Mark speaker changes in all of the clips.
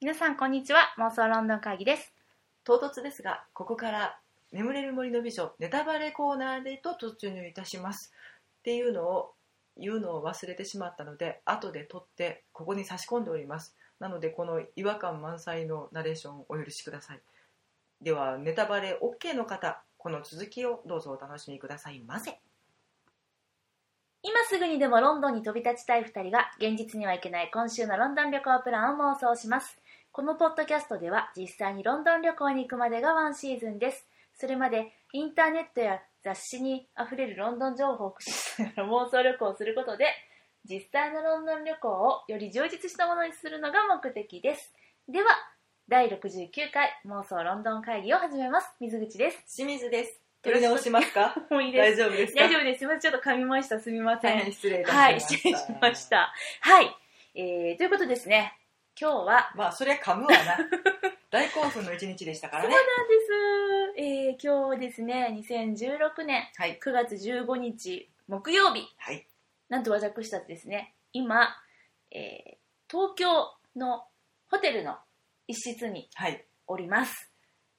Speaker 1: 皆さんこんにちは妄想ロンドン会議です
Speaker 2: 唐突ですがここから「眠れる森の美女ネタバレコーナーで」と突入いたしますっていうのを言うのを忘れてしまったので後で撮ってここに差し込んでおりますなのでこの違和感満載のナレーションをお許しくださいではネタバレ OK の方この続きをどうぞお楽しみくださいませ
Speaker 1: 今すぐにでもロンドンに飛び立ちたい2人が現実には行けない今週のロンドン旅行プランを妄想しますこのポッドキャストでは実際にロンドン旅行に行くまでがワンシーズンですそれまでインターネットや雑誌にあふれるロンドン情報を駆使しながら妄想旅行をすることで実際のロンドン旅行をより充実したものにするのが目的ですでは第69回妄想ロンドン会議を始めます水口です
Speaker 2: 清水です撮り直しますか
Speaker 1: もういい
Speaker 2: 大
Speaker 1: です
Speaker 2: 丈夫ですか
Speaker 1: 大丈夫です。すみません。ちょっと噛みました。すみません。
Speaker 2: 大変失礼いたしまし
Speaker 1: は
Speaker 2: た、
Speaker 1: い、失礼しました。はい、えー、ということですね。今日は、
Speaker 2: まあそりゃ噛むわな大興奮の一日でしたからね
Speaker 1: そうなんです。えー、今日ですね、2016年
Speaker 2: はい
Speaker 1: 9月15日木曜日、
Speaker 2: はい
Speaker 1: なんと私たちですね、今、えー、東京のホテルの一室に
Speaker 2: はい
Speaker 1: おります。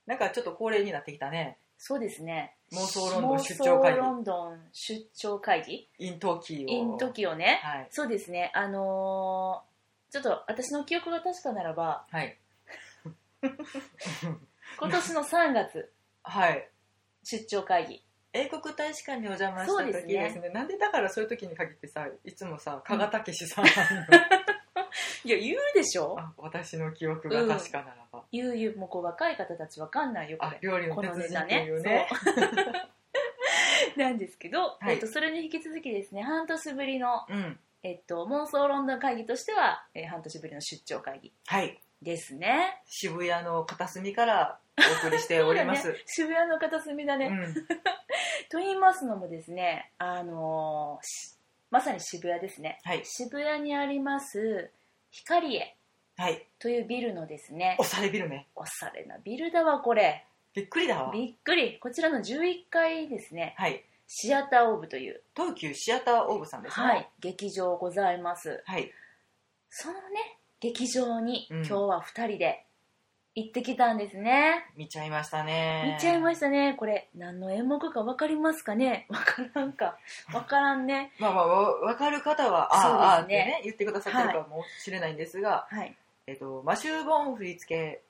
Speaker 2: なんかちょっと恒例になってきたね
Speaker 1: そうですね。
Speaker 2: 妄想ロンドン出張会
Speaker 1: 妄
Speaker 2: 議
Speaker 1: 想ロンドン出張会議
Speaker 2: イントキーを
Speaker 1: in 時をね、
Speaker 2: はい
Speaker 1: そうですね、あのーちょっと私の記憶が確かならば、
Speaker 2: はい
Speaker 1: 今年の3月、
Speaker 2: はい
Speaker 1: 出張会議。
Speaker 2: 英国大使館にお邪魔し
Speaker 1: そ
Speaker 2: た
Speaker 1: う
Speaker 2: 時
Speaker 1: です
Speaker 2: です
Speaker 1: ね
Speaker 2: ねなんでだからそういう時に限ってさいつもさ加賀武史さん、
Speaker 1: いや、言うでしょ
Speaker 2: あ私の記憶が確かならば、
Speaker 1: 言う言う、もうこう若い方たちわかんないよ、こ
Speaker 2: あ
Speaker 1: れ。
Speaker 2: 料理の
Speaker 1: このネ
Speaker 2: 鉄人
Speaker 1: タ
Speaker 2: ってい
Speaker 1: ね
Speaker 2: うね。
Speaker 1: そうなんですけど、
Speaker 2: い
Speaker 1: えっと、それに引き続きですね、半年ぶりの、
Speaker 2: うん
Speaker 1: えっと、妄想ロンドン会議としては、えー半年ぶりの出張会議
Speaker 2: はい
Speaker 1: ですね。
Speaker 2: 渋谷の片隅からお送りしておりま
Speaker 1: そう
Speaker 2: す
Speaker 1: だね渋谷の片隅だ
Speaker 2: う
Speaker 1: ね。と言いますのもですね、あのーしまさに渋谷ですね。
Speaker 2: んはい
Speaker 1: 渋谷にあります、ヒカリエ
Speaker 2: はい
Speaker 1: というビルのですね
Speaker 2: お、されビルね
Speaker 1: おしゃれなビルだわ、これ。
Speaker 2: びっくりだわ
Speaker 1: びっくり。こちらの11階ですね、
Speaker 2: はい
Speaker 1: シアターオーブという、
Speaker 2: 東急シアターオーブさんですね
Speaker 1: はい、劇場ございます。
Speaker 2: はい
Speaker 1: そのね、劇場に
Speaker 2: うん
Speaker 1: 今日は2人で行ってきたんですね。
Speaker 2: 見ちゃいましたね
Speaker 1: 見ちゃいま
Speaker 2: た
Speaker 1: したね。これ、何の演目か分かりますかね分からんか。分からんね。
Speaker 2: まあまあわわかる方はあーあー
Speaker 1: そ
Speaker 2: っ
Speaker 1: う
Speaker 2: て
Speaker 1: ですね
Speaker 2: ね言ってくださってるかもしれないんですが、
Speaker 1: はい。
Speaker 2: えっとマシュー・ボーン振り付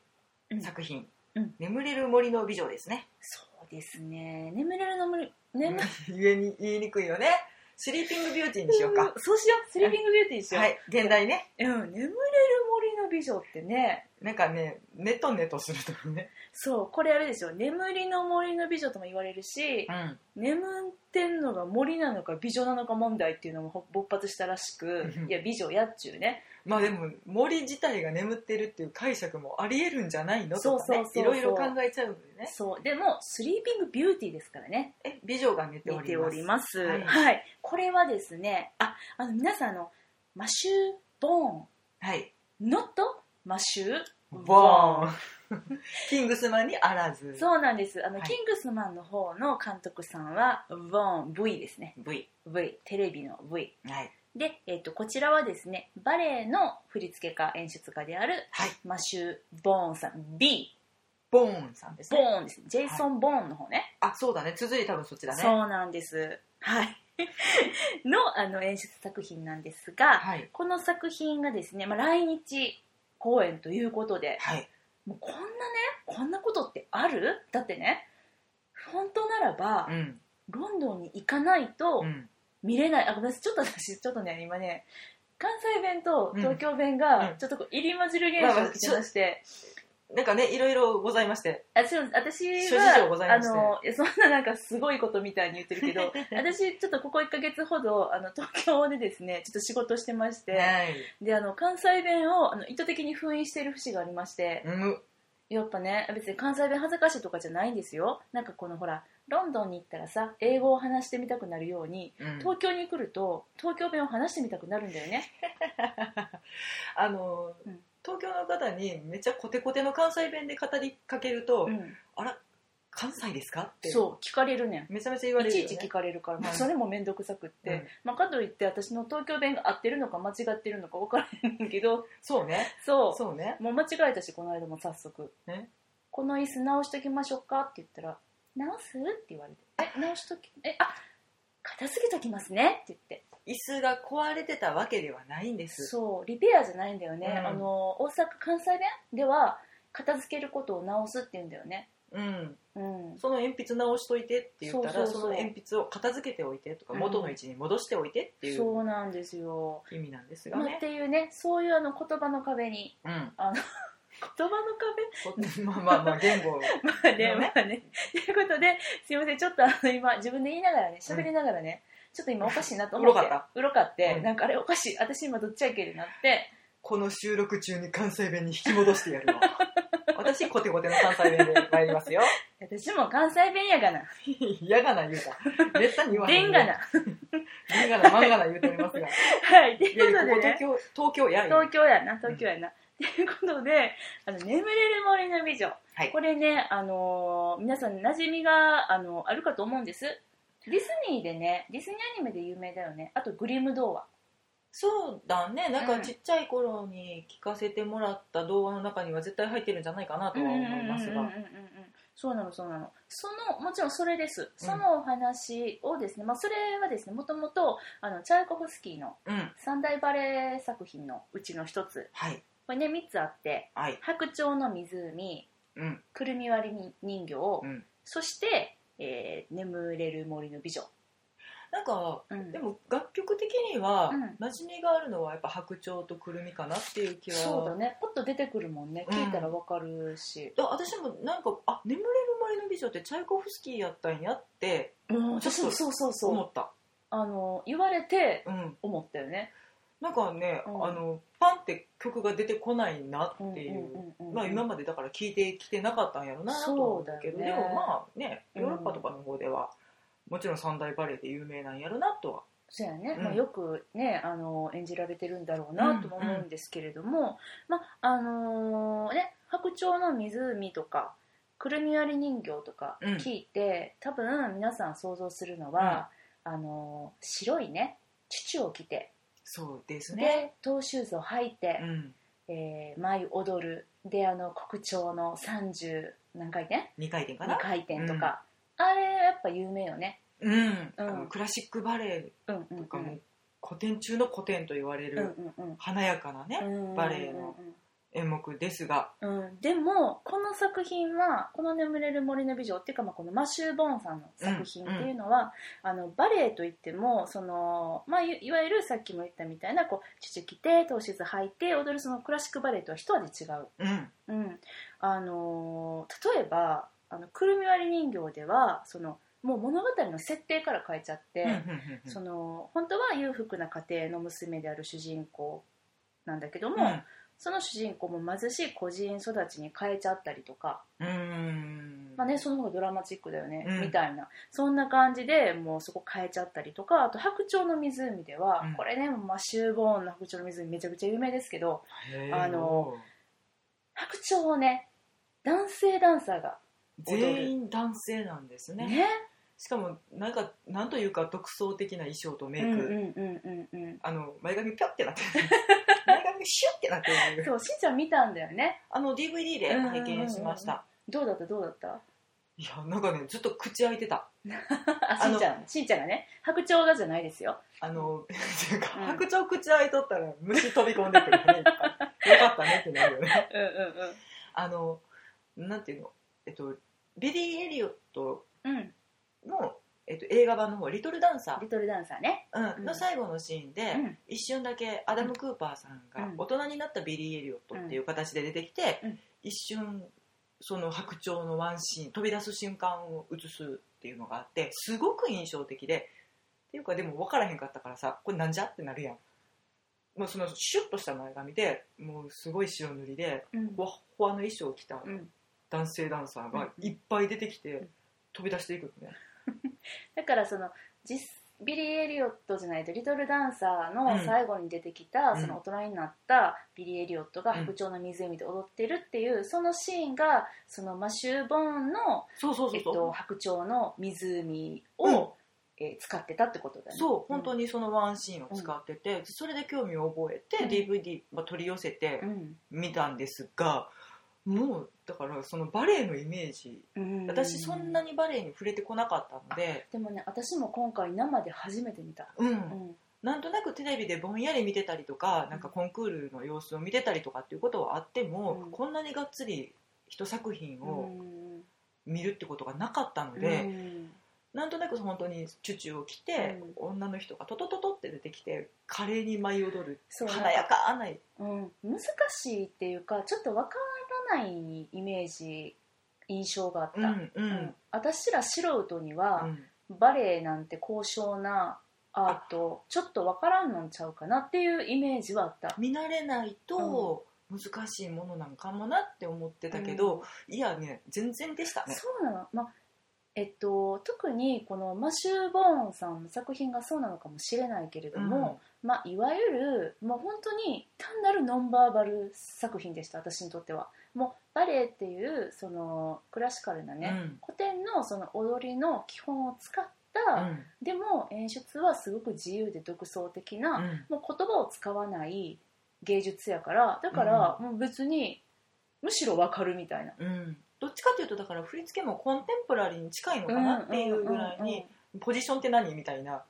Speaker 1: うん
Speaker 2: け作品「
Speaker 1: うん
Speaker 2: 眠れる森の美女」ですね
Speaker 1: そうですね。眠れるのも、眠れ
Speaker 2: 言えに言いにくいよねスリーピングビューティーにしようか
Speaker 1: そうしよう。スリーピングビューティーにしよう。
Speaker 2: はい現代ね
Speaker 1: うん、眠れる森の美女ってね、
Speaker 2: なんかねネトネトするとかね
Speaker 1: そう、これあれですよ。眠りの森の美女とも言われるし
Speaker 2: う、ん
Speaker 1: 眠ってんのが森なのか美女なのか問題っていうのも勃発したらしく
Speaker 2: う、ん
Speaker 1: いや、美女やっちゅうね。
Speaker 2: まあでも森自体が眠ってるっていう解釈もありえるんじゃないのとか
Speaker 1: そう
Speaker 2: ね
Speaker 1: そうそう
Speaker 2: い
Speaker 1: そう
Speaker 2: ろいろ考えちゃうのでね
Speaker 1: そう。でも、スリーピングビューティーですからね。
Speaker 2: え美女が寝て
Speaker 1: 見
Speaker 2: おり
Speaker 1: て
Speaker 2: ま
Speaker 1: お
Speaker 2: す
Speaker 1: ります。
Speaker 2: は
Speaker 1: はいい、これはですね、あ、あの、皆さん、あの、マシュー・ボー
Speaker 2: はい
Speaker 1: ン、ノット・マシュー・
Speaker 2: ボーン キングスマンにあらず
Speaker 1: そうなんです。あの、
Speaker 2: はい
Speaker 1: キングスマンの方の監督さんは、ボーン、V ですね。
Speaker 2: V
Speaker 1: V、テレビの V。
Speaker 2: はい
Speaker 1: で、えっとこちらはですねバレエの振付家演出家である
Speaker 2: はい
Speaker 1: マシュー・ボーンさん B
Speaker 2: ボーンさんですね
Speaker 1: ボーンですジェイソン・ボーンの方ね,、
Speaker 2: あそうだね続いて多分そっちだね
Speaker 1: そうなんですはい のあの演出作品なんですが、
Speaker 2: はい
Speaker 1: この作品がですね、まあ、来日公演ということで
Speaker 2: はい
Speaker 1: もうこんなねこんなことってあるだってね本当ならば、
Speaker 2: うん
Speaker 1: ロンドンに行かないと
Speaker 2: うん
Speaker 1: 見れないあごめんなさいちょっと私ちょっとね今ね関西弁と東京弁
Speaker 2: う
Speaker 1: が
Speaker 2: ん
Speaker 1: ちょっとこう入り混じる現象が起きてまして、
Speaker 2: なんかねいろいろございまして
Speaker 1: あちょっと私
Speaker 2: 諸事情ご
Speaker 1: は
Speaker 2: ざい
Speaker 1: あ
Speaker 2: まして
Speaker 1: のいやそんななんかすごいことみたいに言ってるけ ど私ちょっとここ1か月ほどあの東京でですねちょっと仕事してまして、
Speaker 2: はい
Speaker 1: であの関西弁をあの意図的に封印している節がありまして、
Speaker 2: うん
Speaker 1: やっぱね別に関西弁恥ずかしいとかじゃないんですよなんかこのほらロンドンに行ったらさ英語を話してみたくなるように
Speaker 2: うん
Speaker 1: 東京に来ると東京弁を話してみたくなるんだよね
Speaker 2: あの
Speaker 1: うん
Speaker 2: 東京の方にめっちゃコテコテの関西弁で語りかけると
Speaker 1: うん
Speaker 2: あら関西ですかって
Speaker 1: そう聞かれるねん
Speaker 2: めちゃめちゃ言わ
Speaker 1: い
Speaker 2: れる
Speaker 1: ち
Speaker 2: よ、ね、
Speaker 1: いち聞かれるから、もう
Speaker 2: はい
Speaker 1: それも面倒くさくって、
Speaker 2: うん
Speaker 1: まあ、かといって私の東京弁が合ってるのか間違ってるのか分からへんけど
Speaker 2: そうね
Speaker 1: そう
Speaker 2: そうね
Speaker 1: もう間違えたしこの間も早速「
Speaker 2: ね
Speaker 1: この椅子直しときましょうか」って言ったら「直す?」って言われて「え直しときえあ片付けときますね」って言って
Speaker 2: 椅子が壊れてたわけではないんです
Speaker 1: そうリペアじゃないんだよね、
Speaker 2: うん
Speaker 1: あの大阪関西弁では片付けることを直すって言うんだよね
Speaker 2: うん
Speaker 1: うん
Speaker 2: その鉛筆直しといてって言ったら
Speaker 1: そうそうそう
Speaker 2: の鉛筆を片付けておいてとか
Speaker 1: うん
Speaker 2: 元の位置に戻しておいてっていう
Speaker 1: そうなんですよ、
Speaker 2: 意味なんですが
Speaker 1: まあ、っ
Speaker 2: ね、
Speaker 1: ていうねそういうあの言葉の壁に
Speaker 2: うん
Speaker 1: 言葉の壁
Speaker 2: そ まあまあまあ言語を
Speaker 1: まあね、まあね。ということで、すいません、ちょっとあの今、自分で言いながらね、喋りながらね、ちょっと今おかしいなと思って。
Speaker 2: うろかっ
Speaker 1: うろかって、
Speaker 2: うん
Speaker 1: なんかあれおかしい、私今どっちやっけになって、
Speaker 2: この収録中に関西弁に引き戻してや るわ私コテコテの関西弁で参りますよ
Speaker 1: 私も関西弁やがな、
Speaker 2: 嫌がな言うためったに言わ
Speaker 1: でんがな。
Speaker 2: でんがなまんがな言うております がい
Speaker 1: はい、とい
Speaker 2: や
Speaker 1: うこと
Speaker 2: い
Speaker 1: で
Speaker 2: やここ
Speaker 1: ね
Speaker 2: 東、京東京やい
Speaker 1: 東京やな、
Speaker 2: ん
Speaker 1: 東京やな。ということで、あの、眠れる森の美女。
Speaker 2: はい
Speaker 1: これね、あのー皆さん馴染みが、あのあるかと思うんです。ディズニーでね、ディズニーアニメで有名だよね。あと、グリム童話。
Speaker 2: そうだねなん
Speaker 1: う
Speaker 2: か
Speaker 1: ん
Speaker 2: ちっちゃい頃に聞かせてもらった童話の中には絶対入ってるんじゃないかなとは思います
Speaker 1: うんうん
Speaker 2: が
Speaker 1: うんうんうんうんそうなのそうなのそのもちろんそれですそのお話をですね、まあ、それはですねもともとあのチャイコフスキーの
Speaker 2: うん
Speaker 1: 三大バレエ作品のうちの一つ
Speaker 2: はい
Speaker 1: これね3つあって
Speaker 2: はい
Speaker 1: 「白鳥の湖」
Speaker 2: うん
Speaker 1: 「くるみ割り人形」
Speaker 2: うん
Speaker 1: そして、えー眠れる森の美女」
Speaker 2: なんか
Speaker 1: うん
Speaker 2: でも楽曲的には
Speaker 1: うん
Speaker 2: 馴染みがあるのはやっぱ白鳥とくるみかなっていう気は
Speaker 1: そうだねパッと出てくるもんね
Speaker 2: うん
Speaker 1: 聞いたらわかるし、
Speaker 2: だ私もなんかあ眠れる森の美女ってチャイコフスキーやったんやって
Speaker 1: うん
Speaker 2: ちょっ
Speaker 1: 私
Speaker 2: と
Speaker 1: もそうそうそ
Speaker 2: 思
Speaker 1: う
Speaker 2: った
Speaker 1: あの言われて
Speaker 2: う、ん、
Speaker 1: 思ったよね
Speaker 2: なんかね、
Speaker 1: うん
Speaker 2: あのパンって曲が出てこないな
Speaker 1: うん
Speaker 2: っていう,、
Speaker 1: うんうんうんうん
Speaker 2: まあ今までだから聞いてきてなかったんやろなとは思うけど
Speaker 1: そうだ
Speaker 2: で
Speaker 1: よね
Speaker 2: もまあね
Speaker 1: うん
Speaker 2: ヨーロッパとかの方では、もちろん三大バレエで有名なんやろなとは
Speaker 1: そうやね、
Speaker 2: うん
Speaker 1: まあ、よくねあの演じられてるんだろうなとも思うんですけれども、まああのね「白鳥の湖」とか「くるみ割り人形」とか
Speaker 2: うん
Speaker 1: 聞いて、多分皆さん想像するのは、あの白いねチュチュを着て、
Speaker 2: そうですね。
Speaker 1: でトーシューズを履いて、
Speaker 2: うん、
Speaker 1: えー舞い踊るであの国鳥の30何回転
Speaker 2: 2回転かな
Speaker 1: 2、回転とか、あれやっぱ有名よね。
Speaker 2: うんあ
Speaker 1: うん
Speaker 2: のクラシックバレエ
Speaker 1: うんうんう
Speaker 2: と
Speaker 1: ん
Speaker 2: かも古典中の古典と言われ
Speaker 1: うん
Speaker 2: る
Speaker 1: うん
Speaker 2: 華やかなね、
Speaker 1: うん
Speaker 2: バレエの
Speaker 1: うんうんうん
Speaker 2: 演目ですが、
Speaker 1: うん、でもこの作品はこの「眠れる森の美女」っていうか、まあ、このマシュー・ボーンさんの作品っていうのは、あのバレエといってもその、まあ、いいわゆるさっきも言ったみたいなこうチュチュ着て頭子履いて踊るそのクラシックバレエとは一味違う、
Speaker 2: うん
Speaker 1: うんあのー例えばあの「くるみ割り人形」ではそのもう物語の設定から変えちゃって、
Speaker 2: うんうんうんうん
Speaker 1: その本当は裕福な家庭の娘である主人公なんだけども、その主人公も貧しい孤児院育ちに変えちゃったりとか、
Speaker 2: うんうん
Speaker 1: まあね、その方がドラマチックだよね、
Speaker 2: うん
Speaker 1: みたいなそんな感じでもうそこ変えちゃったりとかあと「白鳥の湖」では、
Speaker 2: うん
Speaker 1: これねマシュー・ボーンの「白鳥の湖」めちゃくちゃ有名ですけど
Speaker 2: へー
Speaker 1: あの白鳥をね男性ダンサーが踊る
Speaker 2: 全員男性なんです
Speaker 1: ね
Speaker 2: ねしかもなんかなんというか独創的な衣装とメイ
Speaker 1: う
Speaker 2: ク、
Speaker 1: んうんうんうんうん
Speaker 2: あの前髪ピョってな ってる前髪シュッてなってる
Speaker 1: そうしんちゃん見たんだよね
Speaker 2: あの DVD で拝見しました、
Speaker 1: どうだったどうだった
Speaker 2: いやなんかねずっと口開いてた
Speaker 1: あしんちゃんしんちゃんがね白鳥がじゃないですよ
Speaker 2: あの、 っていうか
Speaker 1: うん
Speaker 2: 白鳥口開いとったら虫飛び込んでくるね よかったねってなるよね
Speaker 1: うんうん
Speaker 2: あのなんていうのえっとビリー・エリオット
Speaker 1: うんうん
Speaker 2: の、えっと、映画版の方「リトルダンサー
Speaker 1: リトルダンサーね、
Speaker 2: うんの最後のシーンで、
Speaker 1: うん
Speaker 2: 一瞬だけアダム・クーパーさんが
Speaker 1: うん
Speaker 2: 大人になったビリー・エリオットっていう形で出てきて、
Speaker 1: うん
Speaker 2: 一瞬その白鳥のワンシーン飛び出す瞬間を映すっていうのがあってすごく印象的でっていうかでも分からへんかったからさこれなんじゃってなるやんもうそのシュッとした前髪でもうすごい白塗りで
Speaker 1: うん
Speaker 2: ほわっほわの衣装を着た
Speaker 1: うん
Speaker 2: 男性ダンサーがいっぱい出てきて飛び出していくのね
Speaker 1: だからその実ビリー・エリオットじゃないとリトル・ダンサー
Speaker 2: う
Speaker 1: の
Speaker 2: ん
Speaker 1: 最後に出てきた、
Speaker 2: うん
Speaker 1: その大人になったビリー・エリオットが白鳥の湖で踊ってるっていう、そのシーンがそのマシュー・ボーンの、
Speaker 2: そうそうそ
Speaker 1: え
Speaker 2: う
Speaker 1: っと、
Speaker 2: そ
Speaker 1: 白鳥の湖
Speaker 2: う、
Speaker 1: を、えー使ってたってことだね
Speaker 2: そう
Speaker 1: うん
Speaker 2: 本当にそのワンシーンを使ってて、それで興味を覚えて、
Speaker 1: うん
Speaker 2: DVD まあ取り寄せて
Speaker 1: うん
Speaker 2: 見たんですが、もうだからそのバレエのイメージ
Speaker 1: うん
Speaker 2: 私そんなにバレエに触れてこなかったので、
Speaker 1: でもね私も今回生で初めて見た、
Speaker 2: うん
Speaker 1: うん
Speaker 2: なんとなくテレビでぼんやり見てたりとかなんかコンクールの様子を見てたりとかっていうことはあっても、
Speaker 1: うん
Speaker 2: こんなにがっつり一作品を
Speaker 1: うん
Speaker 2: 見るってことがなかったので、なんとなく本当にチュチュを着て、女の人がトトトトって出てきて華麗に舞い踊る
Speaker 1: そう
Speaker 2: 華やかな
Speaker 1: うん、難しいっていうかちょっとわからないイメージ印象があった、
Speaker 2: うんう
Speaker 1: うん
Speaker 2: ん
Speaker 1: 私ら素人には、
Speaker 2: う
Speaker 1: バレエなんて高尚なアートちょっとわからんのんちゃうかなっていうイメージはあった
Speaker 2: ん見慣れないと難しいものなんかもなって思ってたけど、いやね全然でしたね
Speaker 1: そうなの、まえっと、特にこのマシュー・ボーンさんの作品がそうなのかもしれないけれども、まあ、いわゆるもう本当に単なるノンバーバル作品でした私にとってはもうバレエっていうそのクラシカルな
Speaker 2: う
Speaker 1: ね、
Speaker 2: ん
Speaker 1: 古典のその踊りの基本を使っ
Speaker 2: う
Speaker 1: た、
Speaker 2: ん
Speaker 1: でも演出はすごく自由で独創的な、
Speaker 2: うん
Speaker 1: もう言葉を使わない芸術やからだからもう別にむしろわかるみたいな。
Speaker 2: うんどっちかというとだから振り付けもコンテンポラリーに近いのかなっていうぐらい
Speaker 1: うんうんうんう
Speaker 2: に
Speaker 1: ん
Speaker 2: ポジションって何みたいな
Speaker 1: あ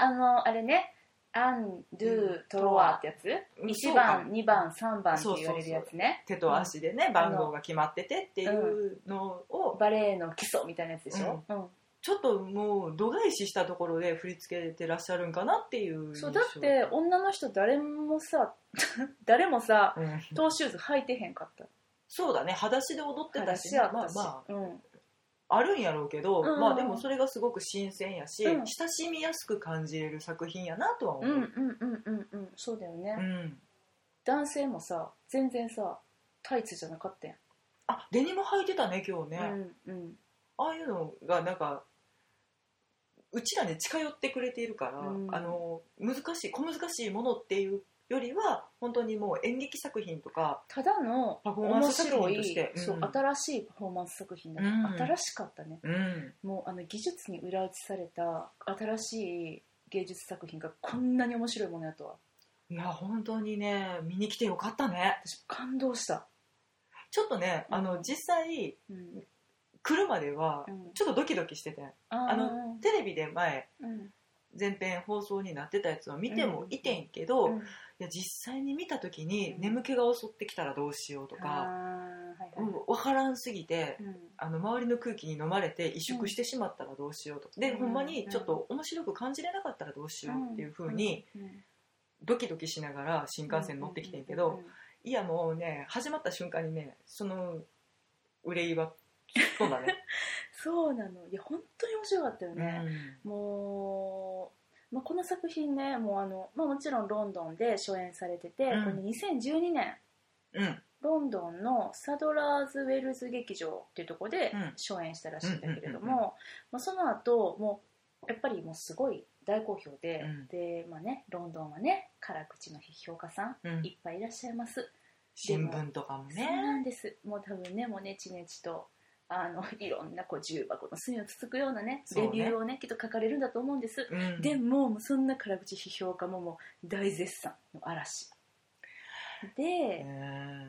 Speaker 1: あのあれねアン・ドゥ・トロワーってやつ、
Speaker 2: うん
Speaker 1: 1
Speaker 2: そうか
Speaker 1: 番
Speaker 2: も
Speaker 1: 2番3番って言われるやつね
Speaker 2: 手と足でね番号が決まっててっていうのを
Speaker 1: バレエの基礎みたいなやつでしょ、うん
Speaker 2: ちょっともう度外視したところで振り付けてらっしゃるんかなっていう印象
Speaker 1: そうだって女の人誰もさ 誰もさ
Speaker 2: うん
Speaker 1: トーシューズ履いてへんかった
Speaker 2: そうだね裸足で踊ってたしね、
Speaker 1: 話あ
Speaker 2: ま
Speaker 1: っ
Speaker 2: あ
Speaker 1: たし、
Speaker 2: ま
Speaker 1: うん
Speaker 2: ああるんやろうけど、
Speaker 1: うんうんうん
Speaker 2: まあでもそれがすごく新鮮やし、
Speaker 1: うん
Speaker 2: 親しみやすく感じれる作品やなとは
Speaker 1: うん
Speaker 2: 思
Speaker 1: うん
Speaker 2: う、
Speaker 1: うんうんうんそうだよね、
Speaker 2: うん
Speaker 1: 男性もさ全然さタイツじゃなかったやん、
Speaker 2: あデニム履いてたね今日ね、
Speaker 1: うんうん
Speaker 2: ああいうのがなんかうちらに近寄ってくれているから、
Speaker 1: うん
Speaker 2: あの難しい小難しいものっていうよりは本当にもう演劇作品とか
Speaker 1: ただの
Speaker 2: パフォーマン
Speaker 1: 面
Speaker 2: ス作
Speaker 1: 白
Speaker 2: 品とし
Speaker 1: い、
Speaker 2: て
Speaker 1: そう
Speaker 2: うん
Speaker 1: 新しいパフォーマンス作品だった、
Speaker 2: うん
Speaker 1: 新しかったね
Speaker 2: うん
Speaker 1: もうあの技術に裏打ちされた新しい芸術作品がこんなに面白いものやとはい
Speaker 2: や本当にね見に来てよかったね
Speaker 1: 私感動した、
Speaker 2: ちょっとねあ
Speaker 1: う
Speaker 2: の
Speaker 1: ん
Speaker 2: 実際
Speaker 1: うん
Speaker 2: 来るまでは
Speaker 1: うん
Speaker 2: ちょっとドキドキしてて
Speaker 1: あ
Speaker 2: あ
Speaker 1: の
Speaker 2: のテレビで前
Speaker 1: うん
Speaker 2: 前編放送になってたやつを見てもいてんけど、
Speaker 1: うん
Speaker 2: いや実際に見た時に
Speaker 1: うん
Speaker 2: 眠気が襲ってきたらどうしようと
Speaker 1: あーは
Speaker 2: か、
Speaker 1: いはい
Speaker 2: 分からんすぎて
Speaker 1: うん
Speaker 2: あの周りの空気に飲まれて萎縮してしまったらどうしようとか、で
Speaker 1: うん
Speaker 2: ほんまにちょっと面白く感じれなかったらどうしようっていう風に
Speaker 1: うんうん
Speaker 2: ドキドキしながら新幹線乗ってきてんけど、
Speaker 1: うんうん
Speaker 2: いやもうね始まった瞬間にねその憂いはそうだね、
Speaker 1: そうなのいや本当に面白かったよ
Speaker 2: う
Speaker 1: ね、
Speaker 2: ん
Speaker 1: もう、まあ、この作品ねもうあの、まあ、もちろんロンドンで初演されてて、
Speaker 2: うん
Speaker 1: これね2012年
Speaker 2: うん
Speaker 1: ロンドンのサドラーズ・ウェルズ劇場っていうところで
Speaker 2: うん
Speaker 1: 初演したらしいんだけれど
Speaker 2: うんうんうん
Speaker 1: もまあその後もうやっぱりもうすごい大好評で、
Speaker 2: うん
Speaker 1: で、まあね、ロンドンはね辛口の批評家さん
Speaker 2: うん
Speaker 1: いっぱいいらっしゃいます、
Speaker 2: 新聞とかも
Speaker 1: そうな
Speaker 2: ね
Speaker 1: んですもう多分ねもうねちねちとあの いろんなこう重箱の隅をつつくようなね
Speaker 2: そう
Speaker 1: レ
Speaker 2: ね
Speaker 1: ビューをねきっと書かれるんだと思うんです
Speaker 2: うん
Speaker 1: でももうそんな辛口批評家ももう大絶賛の嵐で、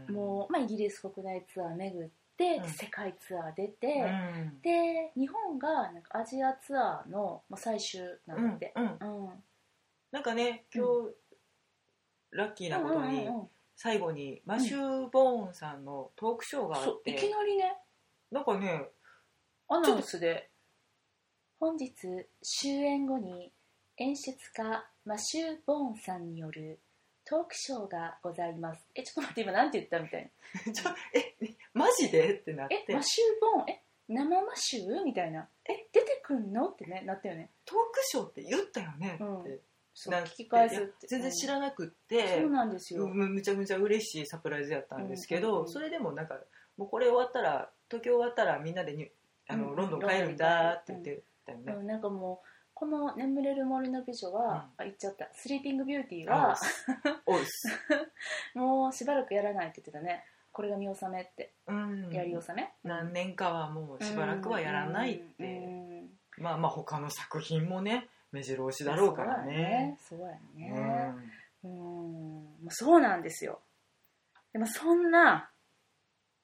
Speaker 2: うん
Speaker 1: もう、まあ、イギリス国内ツアー巡って、
Speaker 2: うん
Speaker 1: 世界ツアー出て、
Speaker 2: うん
Speaker 1: で日本がなんかアジアツアーの、まあ、最終なんだって、
Speaker 2: うんうん
Speaker 1: うんうん
Speaker 2: なんかね今日、ラッキーなこと
Speaker 1: う
Speaker 2: に、
Speaker 1: んうんうん
Speaker 2: 最後にマシュー・ボーンさんのトークショーがあ
Speaker 1: そ
Speaker 2: っ
Speaker 1: う
Speaker 2: て、
Speaker 1: いきなりね
Speaker 2: なんかね
Speaker 1: アナウンスで本日終演後に演出家マシュー・ボーンさんによるトークショーがございますえちょっと待って今なんて言ったみたいな
Speaker 2: ちょえマジでってなっ
Speaker 1: え
Speaker 2: て
Speaker 1: マシューボーンえ生マシューみたいなえ出てくんのってねなったよね
Speaker 2: トークショーって言ったよねって、
Speaker 1: うんそう
Speaker 2: なん
Speaker 1: 聞き返すっ
Speaker 2: いや
Speaker 1: て
Speaker 2: 全然知
Speaker 1: な
Speaker 2: らなくっ
Speaker 1: うん
Speaker 2: て
Speaker 1: そう、なんですよ、
Speaker 2: むむちゃむちゃ嬉しいサプライズやったんですけど、
Speaker 1: うんうんうん
Speaker 2: それでもなんかもうこれ終わったら東京終わったらみんなでにあの、
Speaker 1: うん
Speaker 2: ロンドン帰るんだって言ってたよね、
Speaker 1: うんなんかもうこの「眠れる森の美女は」あ言っちゃった「スリーピングビューティーは」
Speaker 2: おいっす。
Speaker 1: もうしばらくやらないって言ってたねこれが見納めって、
Speaker 2: うん。
Speaker 1: やり納め
Speaker 2: 何年かはもうしばらくはやらないって。
Speaker 1: うんうん
Speaker 2: まあまあ他の作品もね目白押しだろうからね。
Speaker 1: そうや
Speaker 2: う
Speaker 1: ねそうやね
Speaker 2: ん
Speaker 1: うんもうそうなんですよでもそんな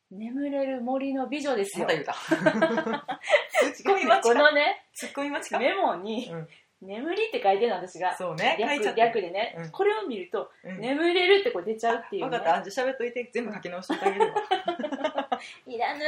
Speaker 1: 眠れる森の美女です
Speaker 2: ま
Speaker 1: よ
Speaker 2: た言うた。ツッコミ待
Speaker 1: こ
Speaker 2: ちか。
Speaker 1: のね
Speaker 2: ツッコミ待ちか。
Speaker 1: メモに
Speaker 2: うん
Speaker 1: 「眠り」って書いてるの私が
Speaker 2: そうね。書いち
Speaker 1: 略
Speaker 2: ゃって
Speaker 1: 略。でね、
Speaker 2: うん
Speaker 1: これを見ると「
Speaker 2: うん
Speaker 1: 眠れる」ってこう出ちゃうっていう、
Speaker 2: 分
Speaker 1: ね
Speaker 2: かった。あじゃあ喋っといて全部書き直してあげ るわ。
Speaker 1: いらぬ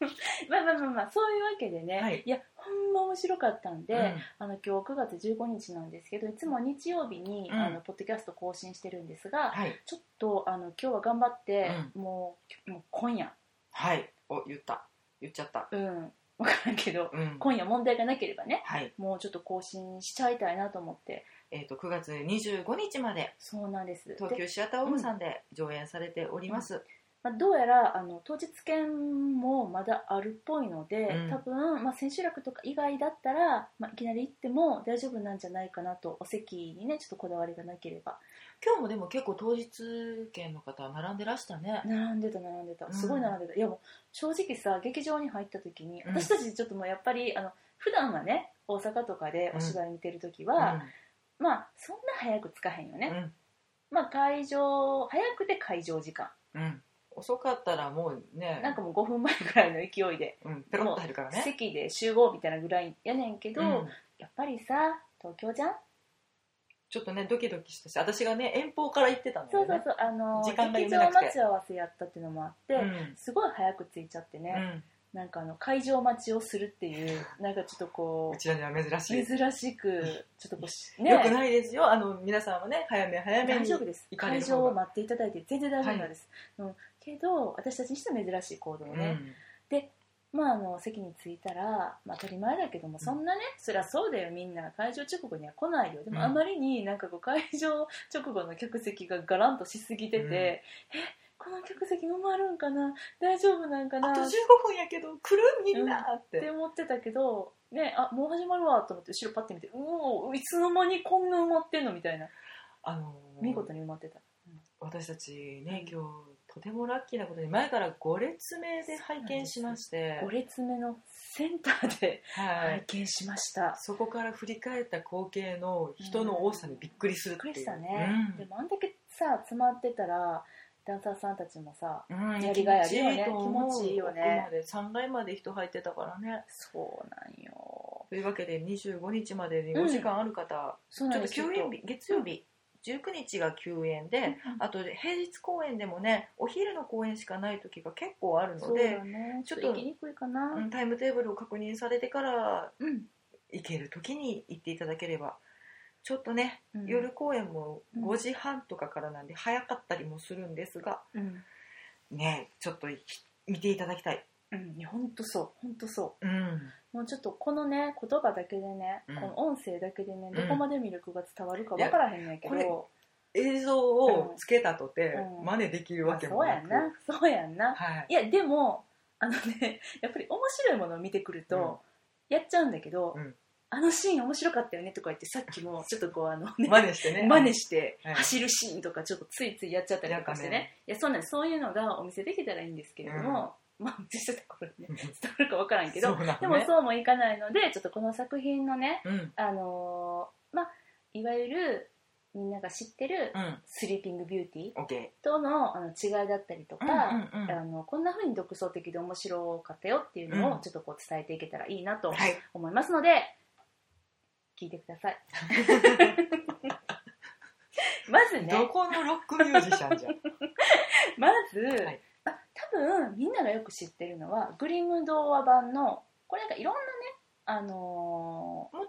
Speaker 1: まあまあまあまあそういうわけでね、
Speaker 2: はいい、
Speaker 1: やほんま面白かったんで、
Speaker 2: うん
Speaker 1: あの今日9月15日なんですけどいつも日曜日に、
Speaker 2: うん
Speaker 1: あのポッドキャスト更新してるんですが、
Speaker 2: はい
Speaker 1: ちょっとあの今日は頑張って、もうもう今夜
Speaker 2: はい。お言った言っちゃった。
Speaker 1: うん分からんけど
Speaker 2: うん。
Speaker 1: 今夜問題がなければね
Speaker 2: はい。
Speaker 1: もうちょっと更新しちゃいたいなと思って
Speaker 2: えっと9月25日まで
Speaker 1: そうなんです
Speaker 2: 東
Speaker 1: で
Speaker 2: 急シアターオーブさんで上演されております。
Speaker 1: まあ、どうやらあの当日券もまだあるっぽいので、
Speaker 2: うん
Speaker 1: 多分、まあ、千秋楽とか以外だったら、まあ、いきなり行っても大丈夫なんじゃないかなとお席にねちょっとこだわりがなければ
Speaker 2: 今日もでも結構当日券の方は並んでらしたね。
Speaker 1: 並んでた並んでた
Speaker 2: うん
Speaker 1: すごい並んでた、いやもう正直さ劇場に入った時に
Speaker 2: うん
Speaker 1: 私たちちょっともうやっぱりあの普段はね大阪とかでお芝居見てる時は、まあそんな早くつかへんよ
Speaker 2: うん
Speaker 1: ね、まあ会場早くて会場時間
Speaker 2: うんうん遅かったらもうね
Speaker 1: なんかもう5分前ぐらいの勢いで
Speaker 2: うん、ペロッと入るからね。
Speaker 1: 席で集合みたいなぐらいやねんけど、
Speaker 2: うん
Speaker 1: やっぱりさ東京じゃん、
Speaker 2: ちょっとねドキドキしたし私がね遠方から行ってたの
Speaker 1: そ
Speaker 2: よ
Speaker 1: うそう
Speaker 2: ね
Speaker 1: そうあの
Speaker 2: 時間が
Speaker 1: 劇
Speaker 2: 読
Speaker 1: 場
Speaker 2: めなくて
Speaker 1: 待ち合わせやったっていうのもあって、
Speaker 2: うん
Speaker 1: すごい早く着いちゃってね、なんかあの会場待ちをするっていうなんかちょっと
Speaker 2: うん
Speaker 1: こ
Speaker 2: う
Speaker 1: う
Speaker 2: ちらには珍しい、
Speaker 1: 珍しくちょっとこうしね
Speaker 2: よくないですよあの皆さんはね早め早め
Speaker 1: 大
Speaker 2: に
Speaker 1: 丈夫です
Speaker 2: 行かれ
Speaker 1: 会
Speaker 2: る
Speaker 1: 場
Speaker 2: 方
Speaker 1: を
Speaker 2: が
Speaker 1: 待っていただいて全然大丈夫なんです、うん、けど私たちにしては珍しい行動ね、まあ、あの席に着いたら、まあ、当たり前だけどもそんなね、そりゃそうだよみんな会場直後には来ないよでも
Speaker 2: うん
Speaker 1: あまりになんかこう会場直後の客席がガランとしすぎてて、
Speaker 2: うん
Speaker 1: えこの客席埋まるんかな大丈夫なんか
Speaker 2: うん、あ
Speaker 1: なっ
Speaker 2: と15分やけど来るみんなって、
Speaker 1: て思ってたけど、ね、あもう始まるわと思って後ろパッて見てうおーいつの間にこんな埋まってんのみたいな
Speaker 2: あのー
Speaker 1: 見事に埋まってた、
Speaker 2: 私たちね今日とてもラッキーなことに前から5列目で拝見しまして
Speaker 1: 5、列目のセンターで
Speaker 2: は
Speaker 1: 拝
Speaker 2: い、
Speaker 1: 見しました、
Speaker 2: そこから振り返った光景の人の多さにびっくりする
Speaker 1: びっく
Speaker 2: って
Speaker 1: り
Speaker 2: いう
Speaker 1: したね、でもあんだけさ詰まってたらダンサーさんたちもさ
Speaker 2: うんうん
Speaker 1: やりがいあるよね
Speaker 2: 気持ちいいと思う
Speaker 1: 気持ちいいよね
Speaker 2: 奥まで3階まで人入ってたからね
Speaker 1: そうなんよ。
Speaker 2: というわけで25日までに
Speaker 1: うん
Speaker 2: お時間ある方、
Speaker 1: そう
Speaker 2: ち
Speaker 1: な
Speaker 2: ょ
Speaker 1: んで
Speaker 2: っ
Speaker 1: す
Speaker 2: と休園日月曜日19日が休園で、あと平日公演でもねお昼の公演しかない時が結構ある
Speaker 1: そ
Speaker 2: の
Speaker 1: う
Speaker 2: で
Speaker 1: だ、ね。ち
Speaker 2: ち
Speaker 1: ょ
Speaker 2: ょ
Speaker 1: っ
Speaker 2: っ
Speaker 1: と
Speaker 2: と
Speaker 1: 行きにくいかな。
Speaker 2: うんタイムテーブルを確認されてから
Speaker 1: うん。
Speaker 2: 行ける時に行っていただければちょっとね、
Speaker 1: うん
Speaker 2: 夜公演も
Speaker 1: うん
Speaker 2: 5時半とかからなんで早かったりもするんですが
Speaker 1: うん。
Speaker 2: ねちょっとい見ていただきたい。
Speaker 1: うん。いや本当そう。本当そ
Speaker 2: うん
Speaker 1: う。もうちょっとこのね言葉だけでね、
Speaker 2: うん
Speaker 1: この音声だけでね
Speaker 2: ん
Speaker 1: どこまで魅力が伝わるかわからへんねんけど。
Speaker 2: いやこ映像をつけたとて、
Speaker 1: うん
Speaker 2: 真似できるわけ
Speaker 1: そ
Speaker 2: も
Speaker 1: う
Speaker 2: な
Speaker 1: やん
Speaker 2: く、
Speaker 1: な。そうやんな。
Speaker 2: はい
Speaker 1: いやでもあのね やっぱり面白いものを見てくると、やっちゃうんだけど、
Speaker 2: うん
Speaker 1: あのシーン面白かったよねとか言ってさっき もちょっとこうあのね
Speaker 2: 真似してね
Speaker 1: 真似して
Speaker 2: はい
Speaker 1: 走るシーンとかちょっとついついやっちゃったりとかしてね
Speaker 2: なんかね
Speaker 1: いやそうなんですそういうのがお店できたらいいんですけれども、まあ実際ところね
Speaker 2: うん
Speaker 1: 伝わるか分からんけど、
Speaker 2: そうなのね
Speaker 1: でもそうもいかないのでちょっとこの作品のね
Speaker 2: うん
Speaker 1: あのーまあいわゆるみんなが知ってる
Speaker 2: うん
Speaker 1: 「スリーピングビューティー
Speaker 2: OK」
Speaker 1: とのあの違いだったりとか、
Speaker 2: うんうんうん
Speaker 1: あのこんな風に独創的で面白かったよっていうの
Speaker 2: う
Speaker 1: を
Speaker 2: ん
Speaker 1: ちょっとこう伝えていけたらいいなと
Speaker 2: はい
Speaker 1: 思いますので、聞いてくだ さいまず
Speaker 2: ど
Speaker 1: ね
Speaker 2: このロックミュージシャンじゃん
Speaker 1: まず、
Speaker 2: はい
Speaker 1: あ多分みんながよく知ってるのはグリム童話版のこれなんかいろんなねあの
Speaker 2: もとも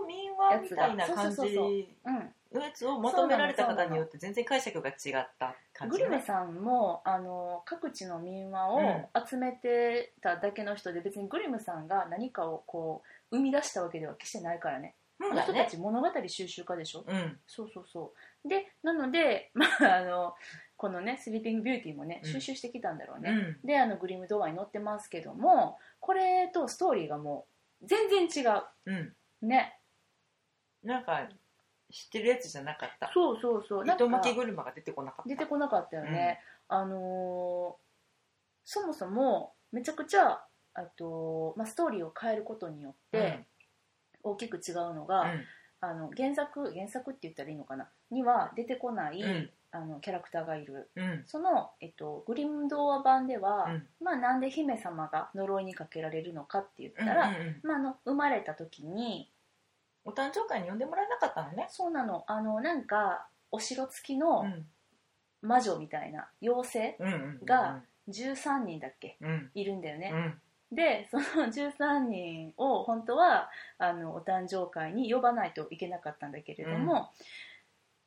Speaker 2: と民話みたいな感
Speaker 1: やつがそうそうそう
Speaker 2: じ
Speaker 1: ーうん
Speaker 2: のやつを求められた方によって全然解釈が違った感
Speaker 1: グ
Speaker 2: じ
Speaker 1: ル
Speaker 2: の
Speaker 1: メさんもあの各地の民話を
Speaker 2: うん
Speaker 1: 集めてただけの人で、別にグリムさんが何かをこう生み出したわけでは決してないからね
Speaker 2: そう
Speaker 1: あの
Speaker 2: だ
Speaker 1: 人た
Speaker 2: ね
Speaker 1: ち物語収集家でしょ、
Speaker 2: うん
Speaker 1: そうそうそうでなので、 まあ、あのこのね「スリーピングビューティー」もね
Speaker 2: うん
Speaker 1: 収集してきたんだろう
Speaker 2: う
Speaker 1: ね、
Speaker 2: ん
Speaker 1: であのグリム童話に載ってますけどもこれとストーリーがもう全然違
Speaker 2: うん
Speaker 1: うね
Speaker 2: なんか知ってるやつじゃなかった
Speaker 1: そうそうそうなんか
Speaker 2: 糸巻き車が出てこなかった
Speaker 1: 出てこなかったよね、あのーそもそもめちゃくちゃあと、まあ、ストーリーを変えることによって大きく違うのが、
Speaker 2: うん
Speaker 1: あの原作原作って言ったらいいのかなには出てこない、
Speaker 2: うん
Speaker 1: あのキャラクターがいる
Speaker 2: うん
Speaker 1: その、えっと、グリム童話版では、
Speaker 2: うん
Speaker 1: まあ、なんで姫様が呪いにかけられるのかって言っ
Speaker 2: うん
Speaker 1: たら、
Speaker 2: うんうん
Speaker 1: まあ、あの生まれた時に
Speaker 2: お誕生会に呼んでもらえなかったのね
Speaker 1: そうなのあのなんかお城付きの
Speaker 2: うん
Speaker 1: 魔女みたいな妖
Speaker 2: うんうんうん
Speaker 1: が精13人だっけ
Speaker 2: うん
Speaker 1: いるんだよね、
Speaker 2: うん
Speaker 1: でその13人を本当はあのお誕生会に呼ばないといけなかったんだけれども、